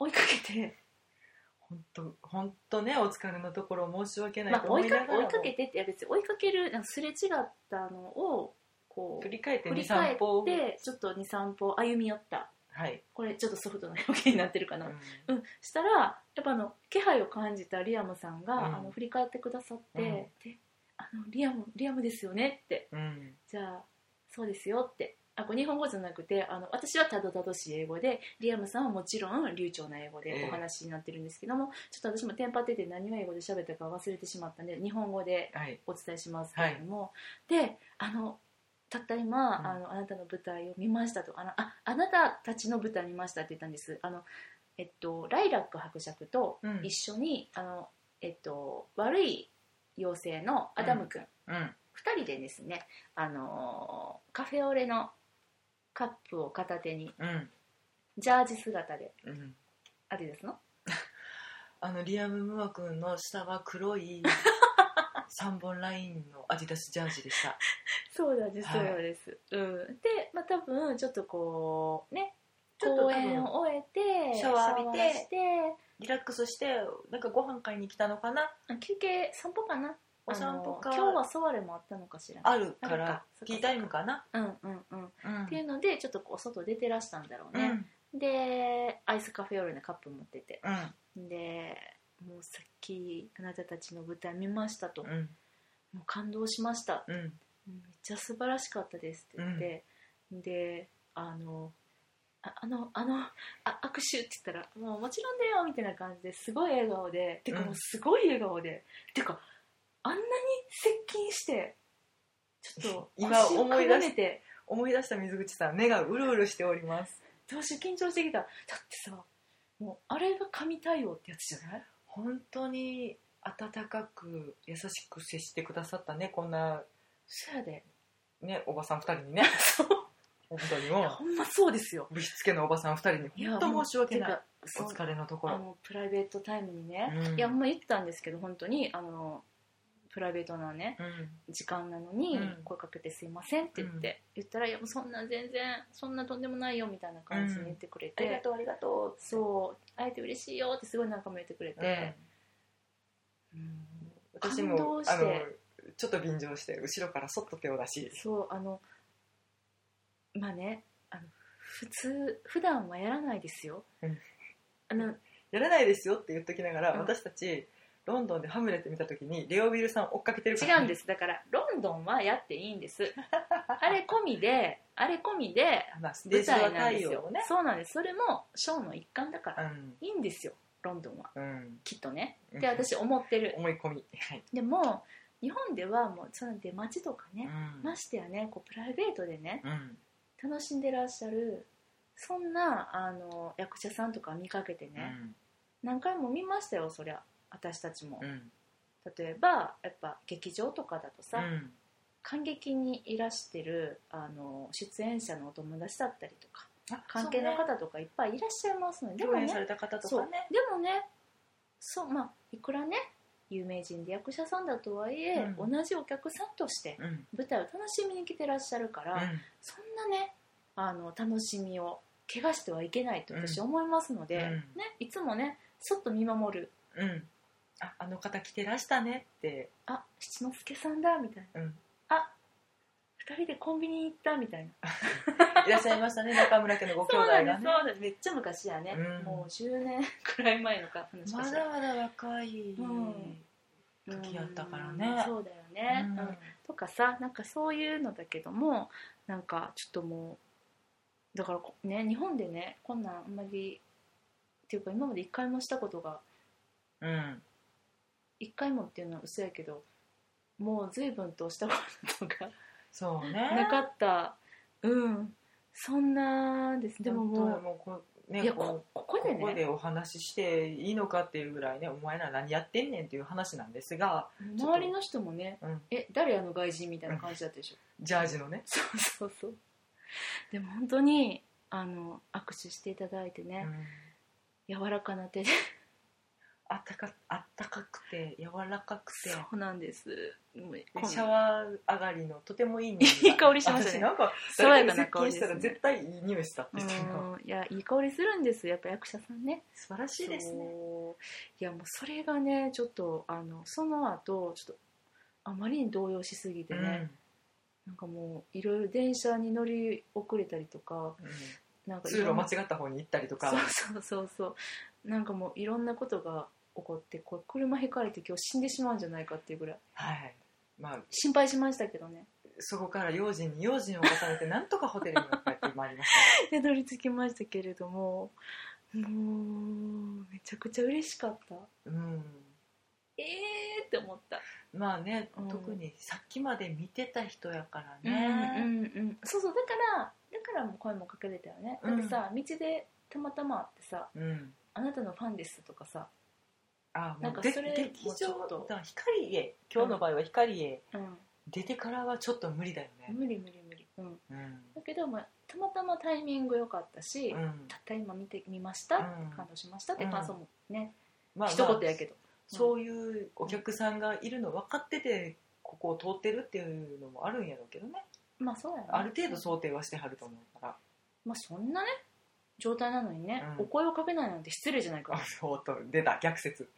Speaker 1: 追いかけて、
Speaker 2: 本当本当ねお疲れのところ申し訳ない
Speaker 1: まあ、追いか
Speaker 2: も
Speaker 1: 追いかけてっていや別に追いかけるなんかすれ違ったのをこ
Speaker 2: 振り返って
Speaker 1: う振り
Speaker 2: 二
Speaker 1: 返
Speaker 2: 三
Speaker 1: っ
Speaker 2: 歩
Speaker 1: てちょっと23歩歩み寄った
Speaker 2: はい、
Speaker 1: これちょっとソフトな表現になってるか
Speaker 2: う
Speaker 1: な、うん
Speaker 2: ん
Speaker 1: したらやっぱあの気配を感じたリアムさんが、
Speaker 2: うん
Speaker 1: あの振り返ってくださって、
Speaker 2: うん
Speaker 1: であのリアムリアムですよねって
Speaker 2: うん
Speaker 1: じゃあそうですよってあこれ日本語じゃなくてあの私はたどたどしい英語でリアムさんはもちろん流暢な英語
Speaker 2: え
Speaker 1: で
Speaker 2: え
Speaker 1: お話になってるんですけども、ちょっと私もテンパってて何を英語で喋ったか忘れてしまったんで日本語で
Speaker 2: はい
Speaker 1: お伝えしますけれども、であのたった今、
Speaker 2: うん
Speaker 1: あのあなたの舞台を見ましたとあのああなたたちの舞台見ましたって言ったんですあのえっとライラック伯爵と
Speaker 2: うん
Speaker 1: 一緒に、あのえっと悪い妖精のアダム君、ん、
Speaker 2: うん
Speaker 1: 2人でですねあのカフェオレのカップを片手に
Speaker 2: うん
Speaker 1: ジャージ姿で
Speaker 2: うん
Speaker 1: アディダスの
Speaker 2: あのリアム・ムア君の下は 黒い3本ラインのアディダスジャージでした
Speaker 1: そうなんです、
Speaker 2: はい
Speaker 1: そうなんです、うん、でまあ多分ちょっとこうね
Speaker 2: ちょっと多
Speaker 1: 公
Speaker 2: 分
Speaker 1: 演を終えて
Speaker 2: シャワー浴びて
Speaker 1: シャワして
Speaker 2: リラックスしてなんかご飯買いに来たのかな
Speaker 1: あ休憩散歩かな
Speaker 2: お散歩か
Speaker 1: あの今日はソワレもあったのかしら
Speaker 2: あるか
Speaker 1: ある
Speaker 2: ら
Speaker 1: かそっか
Speaker 2: ティータイムかな
Speaker 1: うんうんうん、っ
Speaker 2: うん
Speaker 1: ていうのでちょっとこう外出てらしたんだろう
Speaker 2: うん
Speaker 1: ね、
Speaker 2: うん
Speaker 1: でアイスカフェオレのカップ持っててでもうさっきあなたたちの舞台見ましたと、
Speaker 2: うん
Speaker 1: もう感動しました
Speaker 2: うん
Speaker 1: めっちゃ素晴らしかったですって言って、であのああのあのあ握手って言ったら「もうもちろんだよ」みたいな感じですごい笑顔でてか
Speaker 2: うん
Speaker 1: もうすごい笑顔で、てかあんなに接近してちょっと
Speaker 2: 今
Speaker 1: 腰を
Speaker 2: 思い
Speaker 1: かが
Speaker 2: 出し
Speaker 1: めて
Speaker 2: 思い出した水口さん目がうるうるしております
Speaker 1: どうしよう緊張してきただってさもうあれが神対応ってやつじゃない
Speaker 2: 本当に温かく優しく接してくださったねこんな
Speaker 1: そやで
Speaker 2: ねおばさん2人にね
Speaker 1: そう
Speaker 2: 本当にもう
Speaker 1: ほんまそうですよ
Speaker 2: ぶしつけのおばさん2人
Speaker 1: い
Speaker 2: に
Speaker 1: や
Speaker 2: 本当申し訳な
Speaker 1: て
Speaker 2: い
Speaker 1: か
Speaker 2: お
Speaker 1: そう
Speaker 2: 疲れのとこ
Speaker 1: あ
Speaker 2: ろ
Speaker 1: のプライベートタイムにね、
Speaker 2: う
Speaker 1: い
Speaker 2: ん
Speaker 1: やほんま言ったんですけど本当にあのプライベートなね
Speaker 2: うん
Speaker 1: 時間なのに
Speaker 2: うん
Speaker 1: 声かけて「すいません」って言って、言ったら「いやもうそんな全然そんなとんでもないよ」みたいな感じに言ってくれて、
Speaker 2: とうありがと
Speaker 1: そう会えて嬉しいよってすごいなんかも言ってくれ
Speaker 2: で
Speaker 1: て、うん
Speaker 2: 私
Speaker 1: 感
Speaker 2: も
Speaker 1: 動して
Speaker 2: あのちょっと便乗して後ろからそっと手を出し
Speaker 1: そうあのまあねあの普通普段はやらないですよ、
Speaker 2: うん
Speaker 1: あの
Speaker 2: やらないですよって言っときながら、
Speaker 1: うん
Speaker 2: 私たちロンドンで「ハムレット」見た時にレオ・ビルさん追っかけてるか
Speaker 1: 違
Speaker 2: ら
Speaker 1: うんですだからロンドンはやっていいんです あれ込みであれ込みで
Speaker 2: まあ、ステー
Speaker 1: 舞
Speaker 2: ジ
Speaker 1: 台
Speaker 2: ドア
Speaker 1: なんです
Speaker 2: 対
Speaker 1: よ
Speaker 2: 応、ね
Speaker 1: そうなんですそれもショーの一環だから、
Speaker 2: うん
Speaker 1: いいんですよロンドンは
Speaker 2: うん
Speaker 1: きっとね
Speaker 2: うん
Speaker 1: って私思ってる、
Speaker 2: 思い込みはい、
Speaker 1: でも日本ではもうその出待ちとかね、
Speaker 2: ん
Speaker 1: ましてやねこうプライベートでね
Speaker 2: うん
Speaker 1: 楽しんでらっしゃるそんなあの役者さんとか見かけてね、何回も見ましたよそりゃ私たちも、
Speaker 2: うんうん
Speaker 1: 例えばやっぱ劇場とかだとさ、
Speaker 2: うん
Speaker 1: 観劇にいらしてるあの出演者のお友達だったりとか
Speaker 2: あ
Speaker 1: 関係の
Speaker 2: そうね
Speaker 1: 方とかいっぱいいらっしゃいますので、で
Speaker 2: 共
Speaker 1: も
Speaker 2: 演
Speaker 1: ね
Speaker 2: された方と
Speaker 1: そう
Speaker 2: かね
Speaker 1: でもねそうまあいくらね有名人で役者さんだとはいえ、
Speaker 2: うん
Speaker 1: 同じお客さんとして
Speaker 2: うん
Speaker 1: 舞台を楽しみに来てらっしゃるから、
Speaker 2: うん
Speaker 1: そんなねあの楽しみを怪我してはいけないと私思いますので、
Speaker 2: うん
Speaker 1: ね、いつもねそっと見守る
Speaker 2: うんああの方来てらしたねって
Speaker 1: 「あ七之助さんだ」みたいな「
Speaker 2: うん
Speaker 1: あ二人でコンビニに行った」みたいな。
Speaker 2: いらっしゃいま したね中村家のご兄
Speaker 1: そう
Speaker 2: 弟
Speaker 1: な
Speaker 2: が
Speaker 1: んです、
Speaker 2: ね
Speaker 1: そうなんですめっちゃ昔やね、
Speaker 2: うん
Speaker 1: もう10年くらい前のか話か
Speaker 2: ま
Speaker 1: しら
Speaker 2: だまだ若い、
Speaker 1: うん
Speaker 2: 時やったからね
Speaker 1: そうだよね、
Speaker 2: うん
Speaker 1: うんとかさなんかそういうのだけどもなんかちょっともうだからこね日本でねこんなんあんまりっていうか今まで一回もしたことが
Speaker 2: うん
Speaker 1: 一回もっていうのは嘘やけどもう随分としたことが
Speaker 2: そうね
Speaker 1: なかったうんそんなですでもも
Speaker 2: 本当に
Speaker 1: う
Speaker 2: もうこうね
Speaker 1: いや
Speaker 2: こう
Speaker 1: こここでね
Speaker 2: ここでお話ししていいのかっていうぐらいねお前ら何やってんねんっていう話なんですが、ちょっと
Speaker 1: 周りの人もね
Speaker 2: うん、
Speaker 1: え誰あの外人みたいな感じだったでしょ
Speaker 2: ジャージのね、
Speaker 1: そうそうそうでも本当にあの握手していただいて
Speaker 2: う
Speaker 1: ね、
Speaker 2: ん
Speaker 1: 柔らかな手で
Speaker 2: あったかあったかくて柔らかくて
Speaker 1: そうなんですもう
Speaker 2: で
Speaker 1: こん
Speaker 2: シャワー上がりのとてもいい匂
Speaker 1: いい香りしましたね
Speaker 2: 私なんか
Speaker 1: 爽
Speaker 2: 誰
Speaker 1: や
Speaker 2: か
Speaker 1: かな香りで
Speaker 2: に接近し
Speaker 1: す
Speaker 2: た
Speaker 1: ね
Speaker 2: ら絶対いい匂いしたって言ってたの
Speaker 1: うんいやいい香りするんですよやっぱ役者さんね
Speaker 2: 素晴らしいですね
Speaker 1: そういやもうそれがねちょっとあのその後ちょっとあまりに動揺しすぎてね、なんかもういろいろ電車に乗り遅れたりとか
Speaker 2: うんうん
Speaker 1: なんかい
Speaker 2: 通路
Speaker 1: ろん
Speaker 2: 間
Speaker 1: な
Speaker 2: 違った方に行ったりとか
Speaker 1: そうそうそうそうなんかもういろんなことが起こってこう車ひかれて今日死んでしまうんじゃないかっていうぐらい
Speaker 2: はいまあ
Speaker 1: 心配しましたけどね
Speaker 2: そこから用心に用心を重ねてなんとかホテルに帰ってまいりまし
Speaker 1: で乗りつきましたけれどももうめちゃくちゃ嬉しかった
Speaker 2: たうん
Speaker 1: えーって思った、
Speaker 2: まあね、
Speaker 1: うん
Speaker 2: 特にさっきまで見てた人やから
Speaker 1: うんう
Speaker 2: ね、
Speaker 1: んうん、そうそうだからだからもう声もかけれたよねだってさ、道でたまたま会ってさ
Speaker 2: うん
Speaker 1: 「あなたのファンです」とかさ、
Speaker 2: あもう
Speaker 1: なんか
Speaker 2: で
Speaker 1: それ
Speaker 2: 劇
Speaker 1: もうちょ
Speaker 2: 場
Speaker 1: っと
Speaker 2: だから光へ今日の場合は光へ
Speaker 1: うん、
Speaker 2: 出てからはちょっと無理だよね、
Speaker 1: 無理無理無理、うん、
Speaker 2: うん
Speaker 1: だけど、まあ、たまたまタイミング良かったし、
Speaker 2: うん
Speaker 1: たった今見てみました、
Speaker 2: うん
Speaker 1: 感動しましたって感想もね、
Speaker 2: まあ
Speaker 1: 一言やけど、
Speaker 2: そういうお客さんがいるの分かっててここを通ってるっていうのもあるんやろうけどね
Speaker 1: まあそうやね
Speaker 2: ある程度想定はしてはると思うから
Speaker 1: まあそんなね状態なのにね、
Speaker 2: うん
Speaker 1: お声をかけないなんて失礼じゃないか
Speaker 2: あそうと出た逆説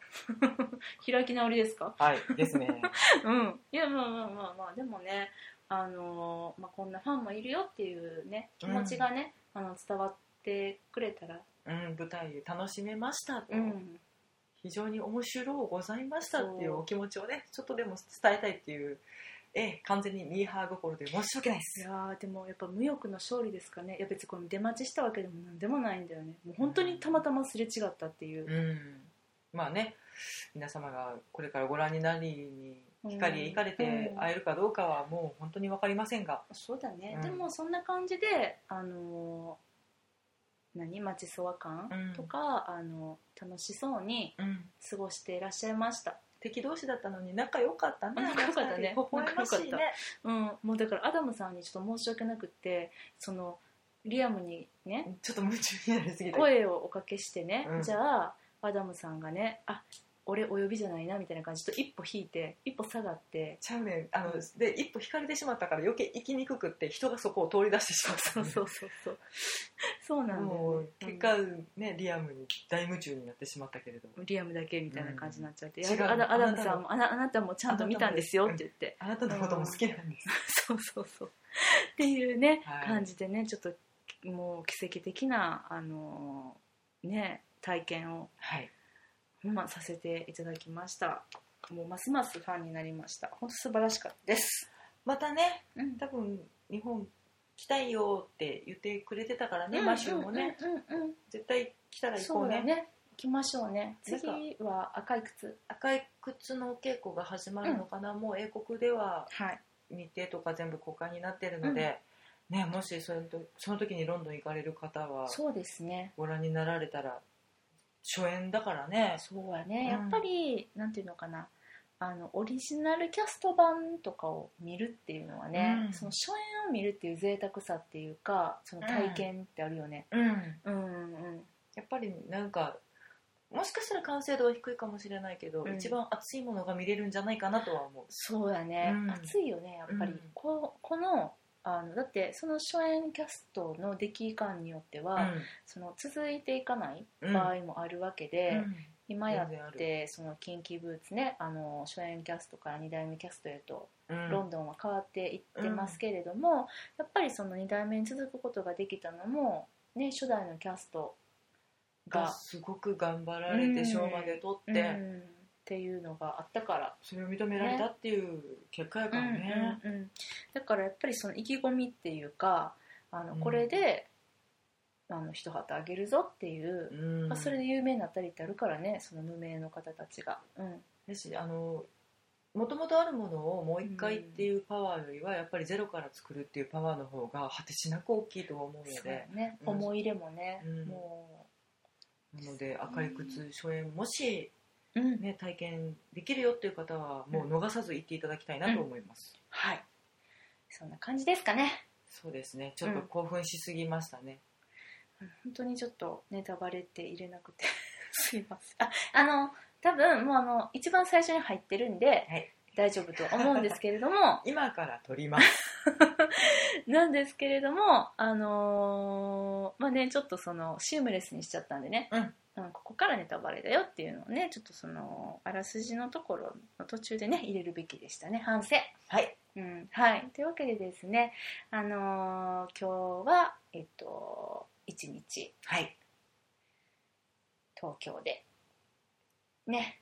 Speaker 1: 開き直りですか
Speaker 2: はいですね
Speaker 1: うんいやまあまあまあまあでもねあのーまあ、こんなファンもいるよっていうね気持ちがね、あの伝わってくれたら、
Speaker 2: うん舞台で楽しめましたと、
Speaker 1: うん、
Speaker 2: 非常に面白うございましたってい
Speaker 1: そうう
Speaker 2: お気持ちをねちょっとでも伝えたいっていうええ完全にミーハー心で申し訳ない
Speaker 1: い
Speaker 2: です
Speaker 1: やーでもやっぱ無欲の勝利ですかねいや別にこれ出待ちしたわけでもなんでもないんだよねもう本当にたまたますれ違ったっていう、
Speaker 2: うんまあね皆様がこれからご覧になりに光へ行かれて
Speaker 1: うん
Speaker 2: 会えるかどうかはもう本当に分かりませんが、
Speaker 1: そうだね、
Speaker 2: うん
Speaker 1: でもそんな感じであのー何待ちそわ感、
Speaker 2: うん
Speaker 1: とかあの楽しそうに
Speaker 2: うん、
Speaker 1: 過ごしていらっしゃいました
Speaker 2: 敵同士だったのに仲良かったね
Speaker 1: 仲良かったね
Speaker 2: 微笑ましい
Speaker 1: 仲良か
Speaker 2: ね
Speaker 1: っうんもうだからアダムさんにちょっと申し訳なくってそのリアムにね
Speaker 2: ちょっと夢中になりすぎた
Speaker 1: 声をおかけしてね、
Speaker 2: うん
Speaker 1: じゃあアダムさんがねあ俺お呼びじゃないなみたいな感じでちょっと一歩引いて一歩下がって
Speaker 2: ちゃうねんあので一歩引かれてしまったから余計行きにくくって人がそこを通り出してしまった
Speaker 1: そうそうそうそうそうなんだ
Speaker 2: も
Speaker 1: よ
Speaker 2: う
Speaker 1: ね
Speaker 2: 結果ねリアムに大夢中になってしまったけれども
Speaker 1: うんリアムだけみたいな感じになっちゃって、
Speaker 2: うん
Speaker 1: いや
Speaker 2: 違う
Speaker 1: アダアダムさんもあなあなたもちゃんと見たんですよって言って
Speaker 2: あなたのことも好きなんです、
Speaker 1: そうそうそうっていうね、
Speaker 2: はい
Speaker 1: 感じでねちょっともう奇跡的なあのーね体験を、
Speaker 2: はい
Speaker 1: まあ、させていただきましたもうますますファンになりました本当素晴らしかったです、
Speaker 2: またね
Speaker 1: うん
Speaker 2: 多分日本来たいよって言ってくれてたからね、マシューもね、
Speaker 1: うんうんうん
Speaker 2: 絶対来たら行こ
Speaker 1: そうう
Speaker 2: ね
Speaker 1: だね行きましょうね
Speaker 2: なん
Speaker 1: 次
Speaker 2: か
Speaker 1: は赤い靴
Speaker 2: 赤い靴のお稽古が始まるのかな、もう英国では
Speaker 1: はい
Speaker 2: 日程とか全部公開になってるので、ね、もしその時その時にロンドン行かれる方は
Speaker 1: そうですね
Speaker 2: ご覧になられたら初演だからね
Speaker 1: そうやね、
Speaker 2: うん
Speaker 1: やっぱりなんていうのかなあのオリジナルキャスト版とかを見るっていうのはね、
Speaker 2: うん
Speaker 1: その初演を見るっていう贅沢さっていうかその体験ってあるよね、
Speaker 2: うん
Speaker 1: うん、うんうん
Speaker 2: やっぱりなんかもしかしたら完成度は低いかもしれないけど、
Speaker 1: うん
Speaker 2: 一番熱いものが見れるんじゃないかなとは思う
Speaker 1: そうやね、
Speaker 2: うん
Speaker 1: 熱いよねやっぱり、
Speaker 2: うん
Speaker 1: ここのあのだってその初演キャストの出来感によっては、その続いていかない
Speaker 2: うん
Speaker 1: 場合もあるわけで、
Speaker 2: うん
Speaker 1: 今や
Speaker 2: 全然あ
Speaker 1: っ
Speaker 2: る
Speaker 1: てそのキンキブーツねあの初演キャストから2代目キャストへと
Speaker 2: うん
Speaker 1: ロンドンは変わっていってますけれども、やっぱりその2代目に続くことができたのも、ね、初代のキャスト
Speaker 2: が
Speaker 1: が、
Speaker 2: すごく頑張られ
Speaker 1: う
Speaker 2: て
Speaker 1: ん
Speaker 2: 賞まで取って、
Speaker 1: うんっていうのがあったから、
Speaker 2: それを認められたっていう結果やからね、
Speaker 1: うんうんうんだからやっぱりその意気込みっていうかあの
Speaker 2: うん
Speaker 1: これで、あの一旗あげるぞっていう、
Speaker 2: うん
Speaker 1: まあ、それで有名になったりってあるからねその無名の方たちが。うん
Speaker 2: だしあのもともとあるものをもう一回っていうパワーよりはやっぱりゼロから作るっていうパワーの方が果てしなく大きいとは思うの
Speaker 1: そう
Speaker 2: で
Speaker 1: やね、
Speaker 2: うん
Speaker 1: 思い入れもね、
Speaker 2: うん
Speaker 1: も
Speaker 2: なので赤い靴初演もし、
Speaker 1: う、うん
Speaker 2: ね、体験できるよっていう方はもう逃さず行っていただきたいなと思います、
Speaker 1: はいそんな感じですかね
Speaker 2: そうですねちょっと興奮しすぎましたね、
Speaker 1: 本当にちょっとネタバレって入れなくて すいませんああの多分もうあの一番最初に入ってるんで、
Speaker 2: はい
Speaker 1: 大丈夫とは思うんですけれども
Speaker 2: 今から撮ります、
Speaker 1: なんですけれどもあのーまあねちょっとそのシームレスにしちゃったんでね、
Speaker 2: うん
Speaker 1: うんここからネタバレだよっていうのをねちょっとそのあらすじのところの途中でね入れるべきでしたね反省
Speaker 2: はい
Speaker 1: うん、はい。というわけでですね、あのー今日は、えっと、一日
Speaker 2: はい
Speaker 1: 東京で、ね、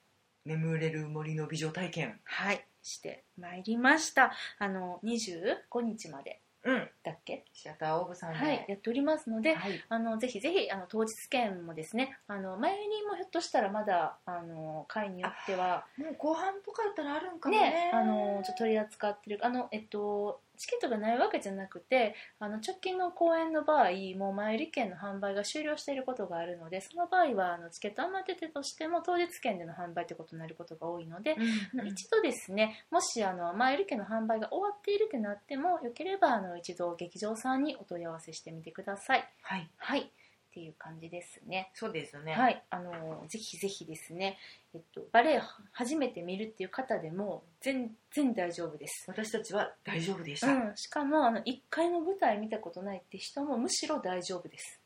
Speaker 2: 眠れる森の美女体験
Speaker 1: はい、してまいりました。あの、25日まで
Speaker 2: うん
Speaker 1: したっけ、
Speaker 2: シアターオーブさんで、
Speaker 1: はい、やっておりますので、
Speaker 2: はい
Speaker 1: あのぜひぜひあの当日券もですねあの前にもひょっとしたらまだあの会によっては
Speaker 2: もう後半とかだったらあるんかも
Speaker 1: ね
Speaker 2: ね
Speaker 1: あのちょっと取り扱ってるあのえっとチケットがないわけじゃなくてあの直近の公演の場合もう前売り券の販売が終了していることがあるのでその場合はあのチケット余ってたとしても当日券での販売ということになることが多いので、あ
Speaker 2: うん
Speaker 1: の一度ですねもしあの前売り券の販売が終わっているってなってもよければあの一度劇場さんにお問い合わせしてみてください。
Speaker 2: はい
Speaker 1: はいっていう感じですね。
Speaker 2: そうですね
Speaker 1: はい、あのぜひぜひですね、えっと、バレエ初めて見るっていう方でも全然大丈夫です。
Speaker 2: 私たちは大丈夫でし
Speaker 1: う
Speaker 2: た、
Speaker 1: ん、しかもあの1回も舞台見たことないって人もむしろ大丈夫です。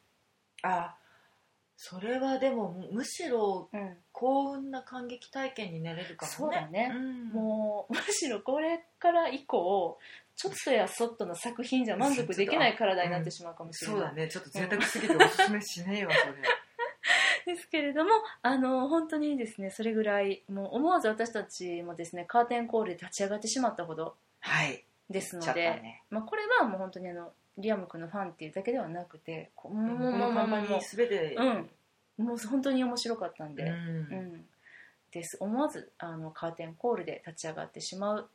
Speaker 2: あそれはでもむむしろ
Speaker 1: うん、
Speaker 2: 幸運な感激体験になれるか
Speaker 1: そ
Speaker 2: も
Speaker 1: う
Speaker 2: ね
Speaker 1: だね、
Speaker 2: ん
Speaker 1: もうむしろこれから以降ちょっとやそっとの作品じゃ満足できない体になってしまうかもしれない
Speaker 2: そ、うだねちょっと贅沢すぎておすすめしねえわそ れ
Speaker 1: ですけれどもあの本当にですねそれぐらいもう思わず私たちもですねカーテンコールで立ち上がってしまったほど
Speaker 2: はい
Speaker 1: ですの
Speaker 2: ちゃった
Speaker 1: で、
Speaker 2: ね
Speaker 1: まあ、これはもう本当にあのリアム君のファンっていうだけではなくてこうもうもうも
Speaker 2: も
Speaker 1: う
Speaker 2: う
Speaker 1: もう
Speaker 2: ま
Speaker 1: も
Speaker 2: ま
Speaker 1: うも
Speaker 2: に全て
Speaker 1: う、うん、もう本当に面白かったん
Speaker 2: う
Speaker 1: で、
Speaker 2: ん
Speaker 1: うんです思わずあのカーテンコールで立ち上がってしまう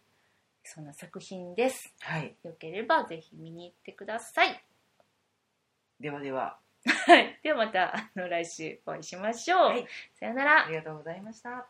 Speaker 1: そんな作品です
Speaker 2: はい
Speaker 1: よければぜひ見に行ってください、
Speaker 2: ではでは
Speaker 1: はい、ではまたあの来週お会いしましょう、
Speaker 2: はい
Speaker 1: さよなら
Speaker 2: ありがとうございました